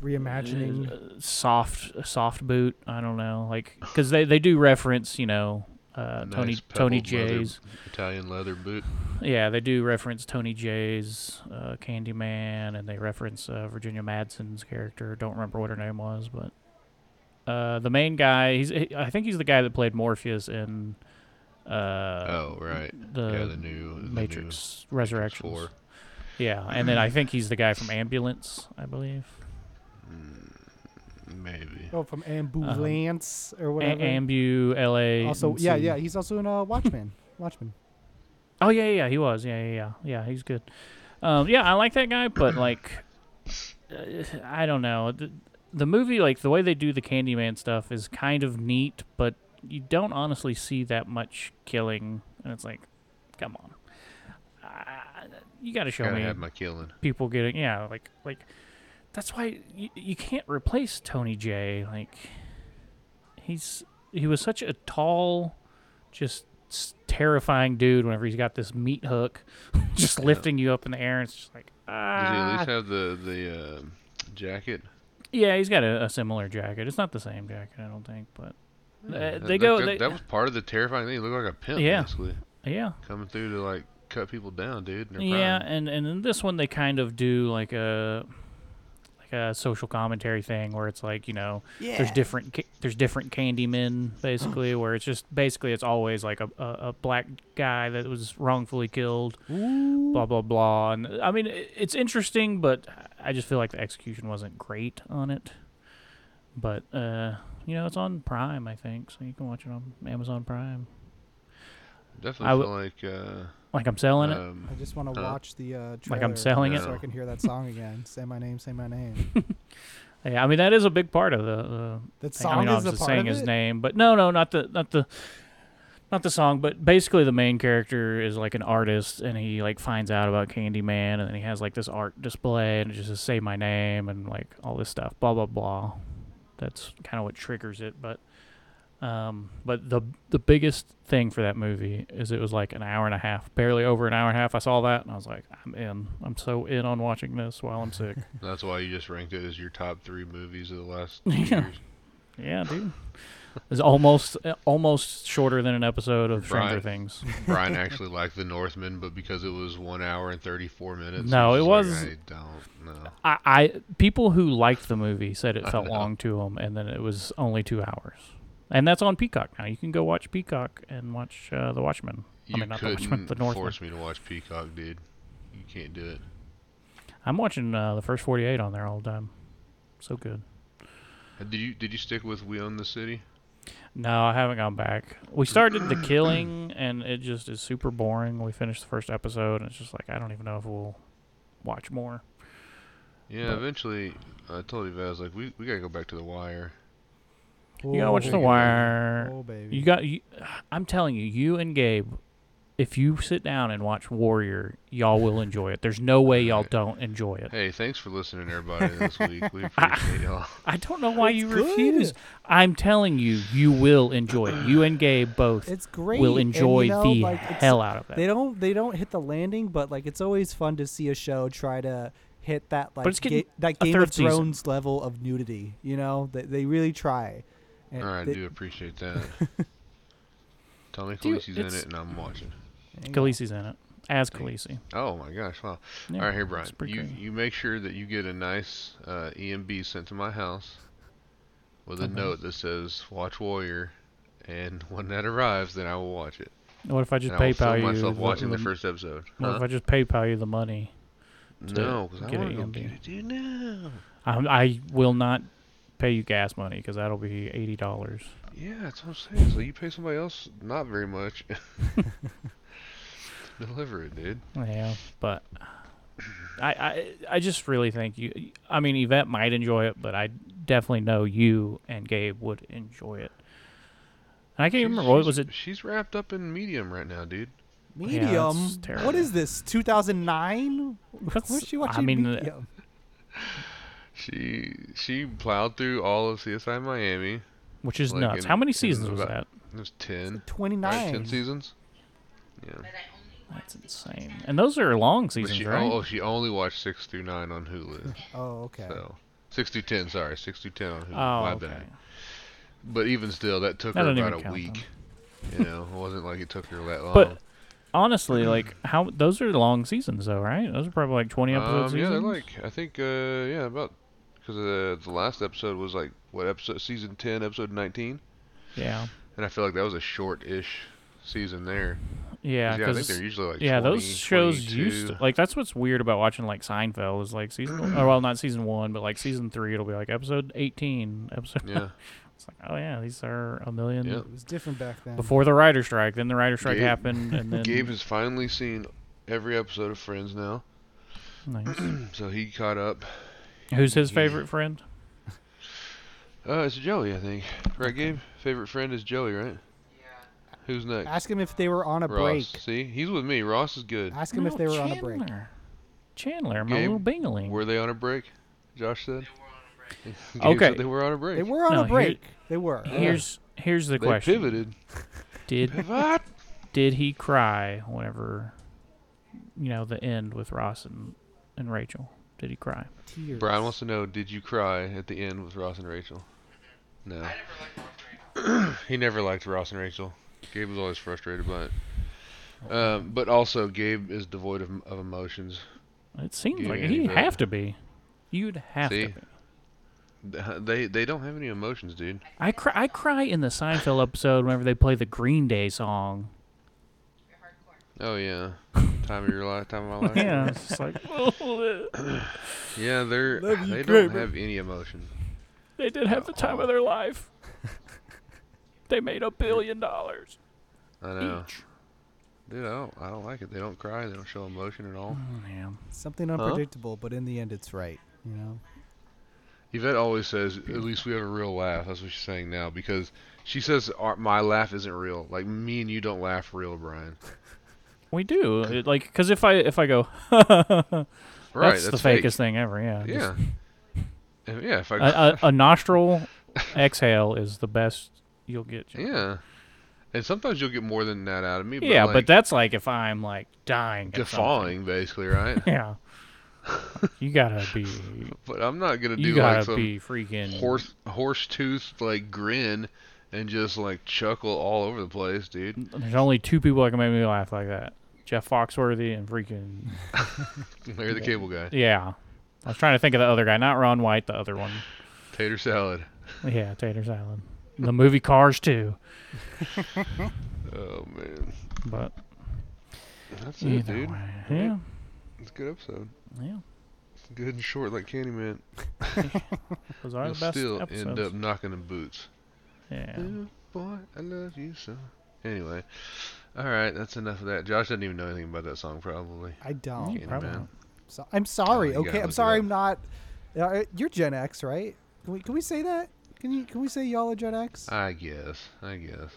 S3: Reimagining.
S2: uh, soft soft boot. I don't know, like because they they do reference you know uh,
S1: Nice
S2: Tony Tony
S1: pebbled leather-
S2: J's.
S1: Italian leather boot.
S2: Yeah, they do reference Tony J's uh, Candyman, and they reference uh, Virginia Madsen's character. Don't remember what her name was, but uh, the main guy. He's he- I think he's the guy that played Morpheus in uh, uh,
S1: oh right.
S2: the,
S1: yeah, the new the new
S2: Matrix Resurrections.
S1: Four.
S2: Yeah, and then I think he's the guy from Ambulance, I believe.
S1: Mm, Maybe.
S3: Oh, from Ambulance or
S2: Uh-huh. A-
S3: whatever.
S2: Ambu LA.
S3: also,
S2: and
S3: yeah,
S2: C.
S3: yeah, he's also in uh, Watchmen. Watchmen.
S2: Oh yeah, yeah, yeah, he was. Yeah, yeah, yeah, yeah. He's good. Um, yeah, I like that guy, but like, uh, I don't know. The, the movie, like the way they do the Candyman stuff, is kind of neat, but you don't honestly see that much killing, and it's like, come on, I you got to show
S1: Gotta
S2: me
S1: have my killing.
S2: people getting yeah, like like that's why you, you can't replace Tony J. Like he's he was such a tall, just s- terrifying dude. Whenever he's got this meat hook, just
S1: Yeah.
S2: lifting you up in the air, and it's just like ah.
S1: Does he at least have the the um jacket?
S2: Yeah, he's got a, a similar jacket. It's not the same jacket, I don't think, but uh,
S1: That- that-
S2: they go.
S1: That,
S2: they,
S1: that was part of the terrifying thing. He looked like a pimp,
S2: Yeah.
S1: basically
S2: yeah,
S1: coming through to like cut people down, dude. in their
S2: yeah,
S1: prime.
S2: and and in this one they kind of do like a like a social commentary thing where it's like you know
S3: Yeah.
S2: there's different ca- there's different Candymen basically where it's just basically it's always like a, a, a black guy that was wrongfully killed blah blah blah and I mean i it's interesting but I just feel like the execution wasn't great on it but uh you know it's on Prime I think so you can watch it on Amazon Prime I
S1: Definitely feel like.
S2: like I'm
S1: Uh,
S2: selling it
S1: um,
S3: I just want to
S1: Huh?
S3: watch the uh, trailer
S2: Like I'm selling
S1: it?
S3: so I can hear that song again. say my name, say my name.
S2: yeah I mean that is a big part of the, the
S3: That
S2: thing.
S3: song
S2: I mean,
S3: is a
S2: obviously
S3: part
S2: saying
S3: of
S2: his
S3: it?
S2: name, but no, no, not the, not the, not the song. But basically, the main character is like an artist, and he like finds out about Candyman, and then he has like this art display, and it just says "Say My Name" and like all this stuff, blah blah blah. That's kind of what triggers it, but. Um, but the the biggest thing for that movie is it was like an hour and a half, barely over an hour and a half. I saw that and I was like, I'm in. I'm so in on watching this while I'm sick.
S1: that's why you just ranked it as your top three movies of the last
S2: Yeah.
S1: few years.
S2: Yeah, dude. It's almost uh, almost shorter than an episode of Stranger
S1: Brian.
S2: Things.
S1: Brian actually liked The Northman, but because it was one hour and thirty four minutes.
S2: No,
S1: he
S2: it
S1: just
S2: was-
S1: Like, I don't know.
S2: I, I people who liked the movie said it
S1: I
S2: felt
S1: know.
S2: long to them, and then it was only two hours. And that's on Peacock now. You can go watch Peacock and watch uh, The Watchmen.
S1: You
S2: mean, not The Watchmen,
S1: couldn't
S2: The Northman.
S1: force me to watch Peacock, dude. You can't do it.
S2: I'm watching uh, the first 48 on there all the time. So good.
S1: Uh, Did you did you stick with We Own the City?
S2: No, I haven't gone back. We started The Killing, and it just is super boring. We finished the first episode, and it's just like I don't even know if we'll watch more.
S1: Yeah,
S2: But-
S1: eventually. I told you, Vaz, like we, we gotta go back to The Wire.
S2: You gotta watch
S1: Oh,
S2: The
S1: yeah.
S2: Wire.
S3: Oh baby.
S2: You got. You, I'm telling you, you and Gabe, if you sit down and watch Warrior, y'all will enjoy it. There's no way y'all
S1: Alright.
S2: don't enjoy it.
S1: Hey, thanks for listening, everybody, this week. We appreciate y'all.
S2: I don't know why
S3: It's
S2: you
S3: good.
S2: refuse. I'm telling you, you will enjoy it. You and Gabe both
S3: it's great.
S2: will
S3: and, you
S2: enjoy
S3: know,
S2: the
S3: like, it's-
S2: hell out of it.
S3: They don't they don't hit the landing, but like it's always fun to see a show try to hit that like
S2: it's getting
S3: ga- that
S2: a
S3: Game
S2: third
S3: of
S2: season.
S3: Thrones level of nudity. You know, they they really try. And
S1: All right, I
S3: they-
S1: do appreciate that. Tommy
S2: Dude,
S1: Khaleesi's in
S2: it's-
S1: it, and I'm watching.
S3: there you go.
S2: Khaleesi's in it as Khaleesi.
S1: Oh my gosh! Wow.
S2: Yeah,
S1: All right, here,
S2: it's
S1: Brian.
S2: pretty
S1: You
S2: crazy.
S1: you make sure that you get a nice uh, EMB sent to my house with a
S2: Okay.
S1: note that says "Watch Warrior," and when that arrives, then I will watch it.
S2: What if I just
S1: and I will
S2: PayPal
S1: film
S2: you?
S1: myself
S2: the-
S1: watching the,
S2: the-
S1: first episode.
S2: What if
S1: Huh?
S2: I just PayPal you the money? to
S1: No, because I
S2: get E
S1: want to
S2: an
S1: go
S2: EMB?
S1: get it, dude. No.
S2: I'm, I will not pay you gas money because that'll be eighty dollars.
S1: Yeah, that's what I'm saying. So you pay somebody else not very much. Deliver it, dude.
S2: Yeah, but I, I I just really think you. I mean, Yvette might enjoy it, but I definitely know you and Gabe would enjoy it. And I can't
S1: She's-
S2: even remember what
S1: she's-
S2: was it.
S1: She's wrapped up in medium right now, dude.
S2: Yeah,
S3: Medium.
S2: it's terrible.
S3: what is this? 2009?
S2: What's-
S3: Where's she
S2: I
S3: watching
S2: mean, uh,
S3: Medium?
S1: She she plowed through all of CSI Miami.
S2: Which is
S1: like
S2: nuts.
S1: in-
S2: How many
S1: in
S2: seasons was
S1: about-
S2: that?
S1: There's ten. Right,
S3: 29.
S1: ten seasons. Yeah.
S4: But I only
S2: That's insane. And those are long
S1: But
S2: seasons,
S1: she,
S2: right?
S1: Oh, she only watched six through nine on Hulu.
S3: Oh, okay.
S1: So six through ten, sorry, six through ten on Hulu.
S2: Oh,
S1: My
S2: okay.
S1: bad. But even still, that took
S2: That
S1: her
S2: doesn't
S1: about
S2: even
S1: a
S2: count
S1: week. You know, it wasn't like it took her that long.
S2: But Honestly, like how those are long seasons, though, right? Those are probably like twenty episode
S1: um, yeah,
S2: seasons.
S1: they're like I think uh, yeah about because uh, the last episode was like what episode season ten episode nineteen,
S2: yeah.
S1: and I feel like that was a short-ish season there. 'Cause,
S2: yeah,
S1: yeah, I think
S2: because
S1: they're usually like
S2: yeah,
S1: 20,
S2: those shows used
S1: 22.
S2: to, like that's what's weird about watching like Seinfeld is like season oh, well not season one but like season three it'll be like episode eighteen episode
S1: yeah,
S2: it's like oh yeah these are a million
S1: Yeah.
S3: It was different back then.
S2: before the writer strike then the writer strike
S1: Gabe-
S2: happened and then
S1: Gabe has finally seen every episode of Friends now,
S2: nice.
S1: so he caught up.
S2: who's his
S1: Yeah.
S2: favorite friend
S1: Uh, it's Joey, I think. Right, Gabe. Favorite friend is Joey, right?
S4: Yeah.
S1: Who's next?
S3: Ask him if they were on a
S1: Ross.
S3: break.
S1: See, he's with me. Ross is good.
S3: Ask him if
S2: No,
S3: they were on a break.
S2: Chandler. Chandler my
S1: Gabe,
S2: little bingaling
S1: Were they on a break? Josh said.
S4: They were on a break.
S1: Gabe said
S2: Okay.
S1: they were on a break.
S3: They were on
S2: No,
S3: a
S2: here-
S3: break. they were.
S2: here's here's the
S1: They
S2: question
S1: pivoted.
S2: did
S1: Pivot.
S2: did he cry whenever you know the end with Ross and, and Rachel? Did he cry?
S3: Tears.
S1: Brian wants to know: Did you cry at the end with Ross and Rachel? No.
S4: I never liked Ross Rachel.
S1: He never liked Ross and Rachel. Gabe was always frustrated by it. Um, but also, Gabe is devoid of, of emotions.
S2: It seems
S1: Yeah,
S2: like
S1: he
S2: he'd
S1: did.
S2: have to be. You'd have
S1: See?
S2: to be.
S1: They they don't have any emotions, dude.
S2: I cry, I cry in the Seinfeld episode whenever they play the Green Day song.
S1: Oh yeah, time of your life, time of my life.
S2: Yeah, it's just like
S1: Yeah, they're
S3: Love you,
S1: they don't
S3: Kramer.
S1: have any emotion.
S2: they did have the time of their life. They made a billion dollars
S1: I know,
S2: each.
S1: dude. I don't I don't like it. They don't cry. They don't show emotion at all.
S2: Yeah.
S3: Something unpredictable, but in the end, it's right. You know.
S1: Yvette always says, "At least we have a real laugh." That's what she's saying now because she says, "Our- "My laugh isn't real. Like me and you don't laugh real, Brian."
S2: We do It- like because if I if I go,
S1: Right,
S2: that's,
S1: that's,
S2: the
S1: fake.
S2: fakest thing ever. Yeah. just-
S1: Yeah, If- yeah. If I
S2: a, a, a nostril exhale is the best you'll get. Jim.
S1: yeah, and sometimes you'll get more than that out of me. But
S2: yeah,
S1: like,
S2: but that's like if I'm like dying. at something.
S1: guffawing basically, right?
S2: Yeah, you gotta be.
S1: but I'm not gonna do
S2: You
S1: like
S2: gotta
S1: some
S2: be freaking.
S1: horse horse tooth like grin and just like chuckle all over the place, dude.
S2: There's only two people that can make me laugh like that: Jeff Foxworthy and freaking.
S1: Larry the Cable Guy,
S2: Yeah, I was trying to think of the other guy, not Ron White, the other one.
S1: tater salad.
S2: Yeah, Tater's Island. The movie Cars too,
S1: Oh man,
S2: but
S1: that's it,
S2: either
S1: dude.
S2: way, yeah,
S1: It's a good episode.
S2: yeah.
S1: Good and short like Candyman.
S2: Those are
S1: You'll
S2: the best
S1: still
S2: episodes.
S1: end up knocking the boots.
S2: yeah.
S1: Ooh, boy, I love you so. Anyway, all right, that's enough of that. Josh doesn't even know anything about that song, probably.
S3: I don't.
S2: Yeah. probably
S1: Candyman.
S2: not.
S3: So, I'm sorry.
S1: Oh, you gotta
S3: okay,
S1: look
S3: I'm
S1: it
S3: sorry.
S1: up.
S3: I'm not. Uh, you're Gen X, right? Can we can we say that? Can you can we say y'all are Gen X?
S1: I guess. I guess.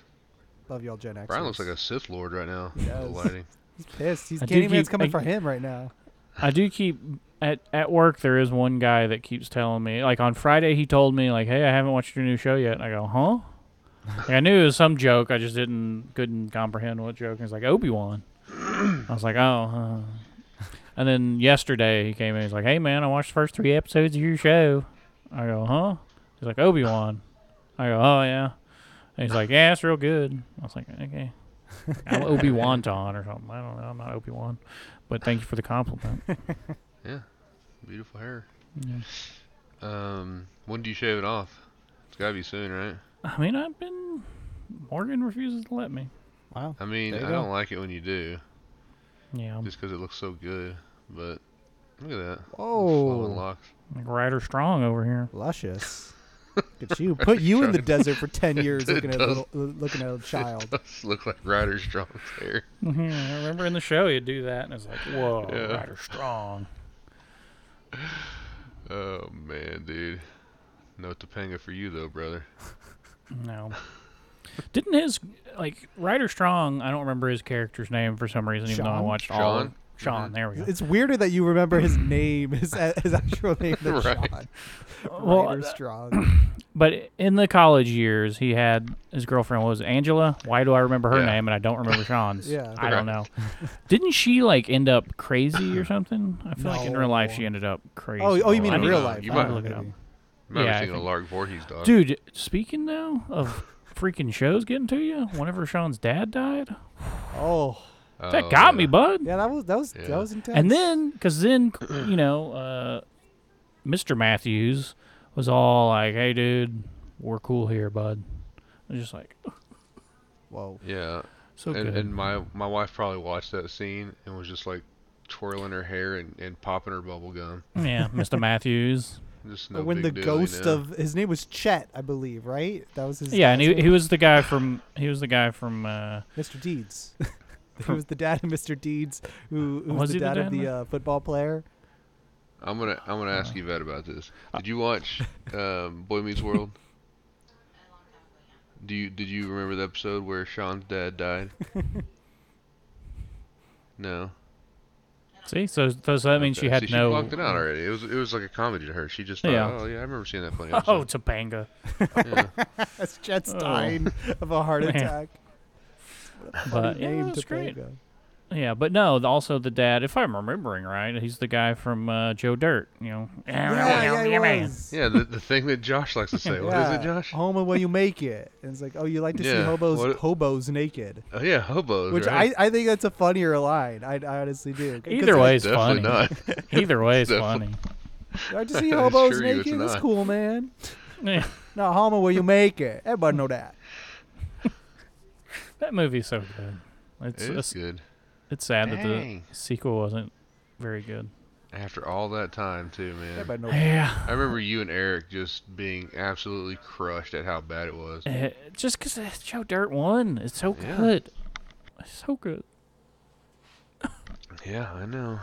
S3: Love y'all, Gen X.
S1: Uh, Brian looks like a Sith Lord right now.
S3: He
S1: The
S3: does.
S1: lighting.
S3: He's pissed. He's
S2: I do
S3: Candyman's
S2: keep-
S3: coming
S2: I-
S3: for him right now.
S2: I do keep at at work. There is one guy that keeps telling me, like on Friday, he told me, like, "Hey, I haven't watched your new show yet." And I go, "Huh?" Like, I knew it was some joke. I just didn't couldn't comprehend what joke. And he's like Obi Wan. I was like, "Oh." huh." And then yesterday he came in. He's like, "Hey, man, I watched the first three episodes of your show." I go, "Huh?" He's like, "Obi Wan." I go, "Oh yeah." And he's like, "Yeah, it's real good." I was like, "Okay." I'm Obi Wan Don or something. I don't know. I'm not Obi Wan, but thank you for the compliment.
S1: Beautiful hair.
S2: Yeah.
S1: Um, when do you shave it off? It's gotta be soon, right?
S2: I mean, I've been. Morgan refuses to let me.
S3: Wow.
S1: I mean, I
S3: There you
S1: don't
S3: go. Um,
S1: like it when you do,
S2: Yeah, I'm
S1: just 'cause it looks so good. But look at that. Flowing
S3: Oh,
S1: locks.
S2: like Ryder Strong over here.
S3: luscious. Look at you. Put you in the desert for ten years
S1: It
S3: looking at
S1: does.
S3: little, looking at a child.
S1: Does look like Ryder Strong's hair.
S2: Yeah, I remember in the show you'd do that, and it's like, whoa,
S1: Yeah.
S2: Ryder Strong.
S1: Oh man, dude. No Topanga for you though, brother.
S2: No. Didn't his like Ryder Strong? I don't remember his character's name for some reason, even though I
S3: Sean?
S2: watched all.
S1: Sean?
S2: of- Sean, there we go.
S3: It's weirder that you remember his name, his, his actual name, than
S1: Right.
S3: Sean.
S2: Well,
S3: Ryder
S2: uh,
S3: Strong.
S2: But in the college years, he had his girlfriend what was it, Angela. Why do I remember her
S1: Yeah.
S2: name and I don't remember Sean's?
S3: Yeah.
S2: I don't know. Didn't she like end up crazy or something? I feel like in real life
S3: No.
S2: she ended up crazy.
S3: Oh, oh, you
S1: I
S3: mean in
S1: don't
S3: real
S1: know.
S3: life?
S1: You
S3: I
S1: might
S3: don't know,
S2: look it up.
S3: maybe.
S1: Might
S2: Yeah, I
S1: be thinking of
S2: think-
S1: Lark Voorhees, dog.
S2: Dude, speaking though of freaking shows getting to you, whenever Sean's dad died,
S3: Oh,
S2: that
S1: Oh,
S2: got
S1: yeah.
S2: me, bud.
S3: yeah. That was that was
S1: Yeah.
S3: that was intense.
S2: And then, because then, you know, uh, Mr. Matthews was all like, hey, dude, we're cool here, bud. I was just like,
S3: whoa.
S1: Yeah.
S2: "Oh, So
S1: and,
S2: good.
S1: and my my wife probably watched that scene and was just like twirling her hair and, and popping her bubble gum.
S2: yeah, Mr. Matthews.
S1: Just no
S3: when the
S1: big deal, you
S3: ghost
S1: know?
S3: of his name was Chet, I believe, right? That was his.
S2: Yeah, and he,
S3: last
S2: he
S3: name.
S2: was the guy from he was the guy from uh,
S3: Mr. Deeds. he was the dad of Mr. Deeds, who, who was,
S2: Was
S3: the
S2: he the
S3: dad of
S2: dad?
S3: the uh, football player.
S1: I'm gonna I'm gonna
S3: Uh,
S1: ask Yvette about this. Did you watch um, Boy Meets World? Do you did you remember the episode where Sean's dad died? no.
S2: see, so so, so that means
S1: Okay,
S2: she had
S1: See,
S2: no.
S1: She blocked it out already. It was it was like a comedy to her. She just thought,
S2: Yeah.
S1: oh yeah, I remember seeing that funny
S2: Oh,
S1: episode.
S2: Topanga.
S1: yeah.
S3: That's Chet
S2: Oh.
S3: Stein of a heart
S2: Man.
S3: attack.
S2: But yeah,
S3: Name
S2: that's great.
S3: Topanga.
S2: Yeah, but no, the- also the dad, if I'm remembering right, he's the guy from uh, Joe Dirt, you know.
S3: Yeah, yeah, he was.
S1: yeah, the the thing that Josh likes to say. What is it,
S3: Yeah,
S1: Josh?
S3: Home and when you make it. And it's like, oh, you like to see
S1: Yeah,
S3: hobos
S1: what-
S3: hobos naked.
S1: Oh, yeah, hobos.
S3: Which
S1: right?
S3: I, I think that's a funnier line. I, I honestly do. 'Cause
S2: Either way, it's
S1: definitely
S2: funny.
S1: not.
S2: Either way, it's funny.
S1: Definitely.
S3: I, I just see
S1: I'm
S3: hobos
S1: sure you it's
S3: naked. That's
S1: not.
S3: cool, man.
S2: Yeah,
S3: Not homo where you make it. Everybody know that.
S2: that movie's so good. It's
S1: It's
S2: it's,
S1: good.
S2: it's sad that
S1: Dang.
S2: the sequel wasn't very good.
S1: After all that time too, man.
S3: Everybody know that.
S2: Yeah,
S1: I remember you and Eric just being absolutely crushed at how bad it was.
S2: eh, just because Joe Dirt won, it's so
S1: Yeah.
S2: good. It's so good.
S1: Yeah, I know.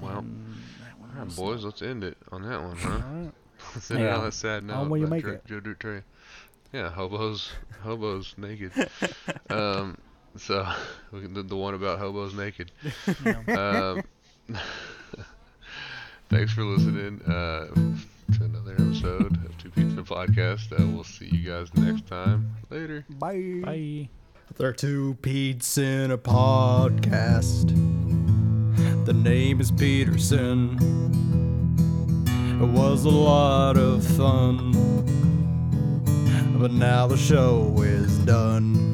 S1: Well,
S2: And that one
S1: all right,
S2: was-
S1: boys, let's end it on that one, huh?
S3: Alright.
S1: let's end it
S2: Yeah.
S1: on that sad note.
S3: On where you
S1: about
S3: make
S1: Dr-
S3: it.
S1: Joe Dirt Trey. Yeah, hobos, hobos naked. um, so we can do the one about hobos naked. um, thanks for listening uh, to another episode of Two Pizza Podcast. Uh, we'll see you guys next time. Later.
S3: Bye.
S2: Bye.
S5: They're two Pete's in a podcast. The name is Peterson. It was a lot of fun. But now the show is done.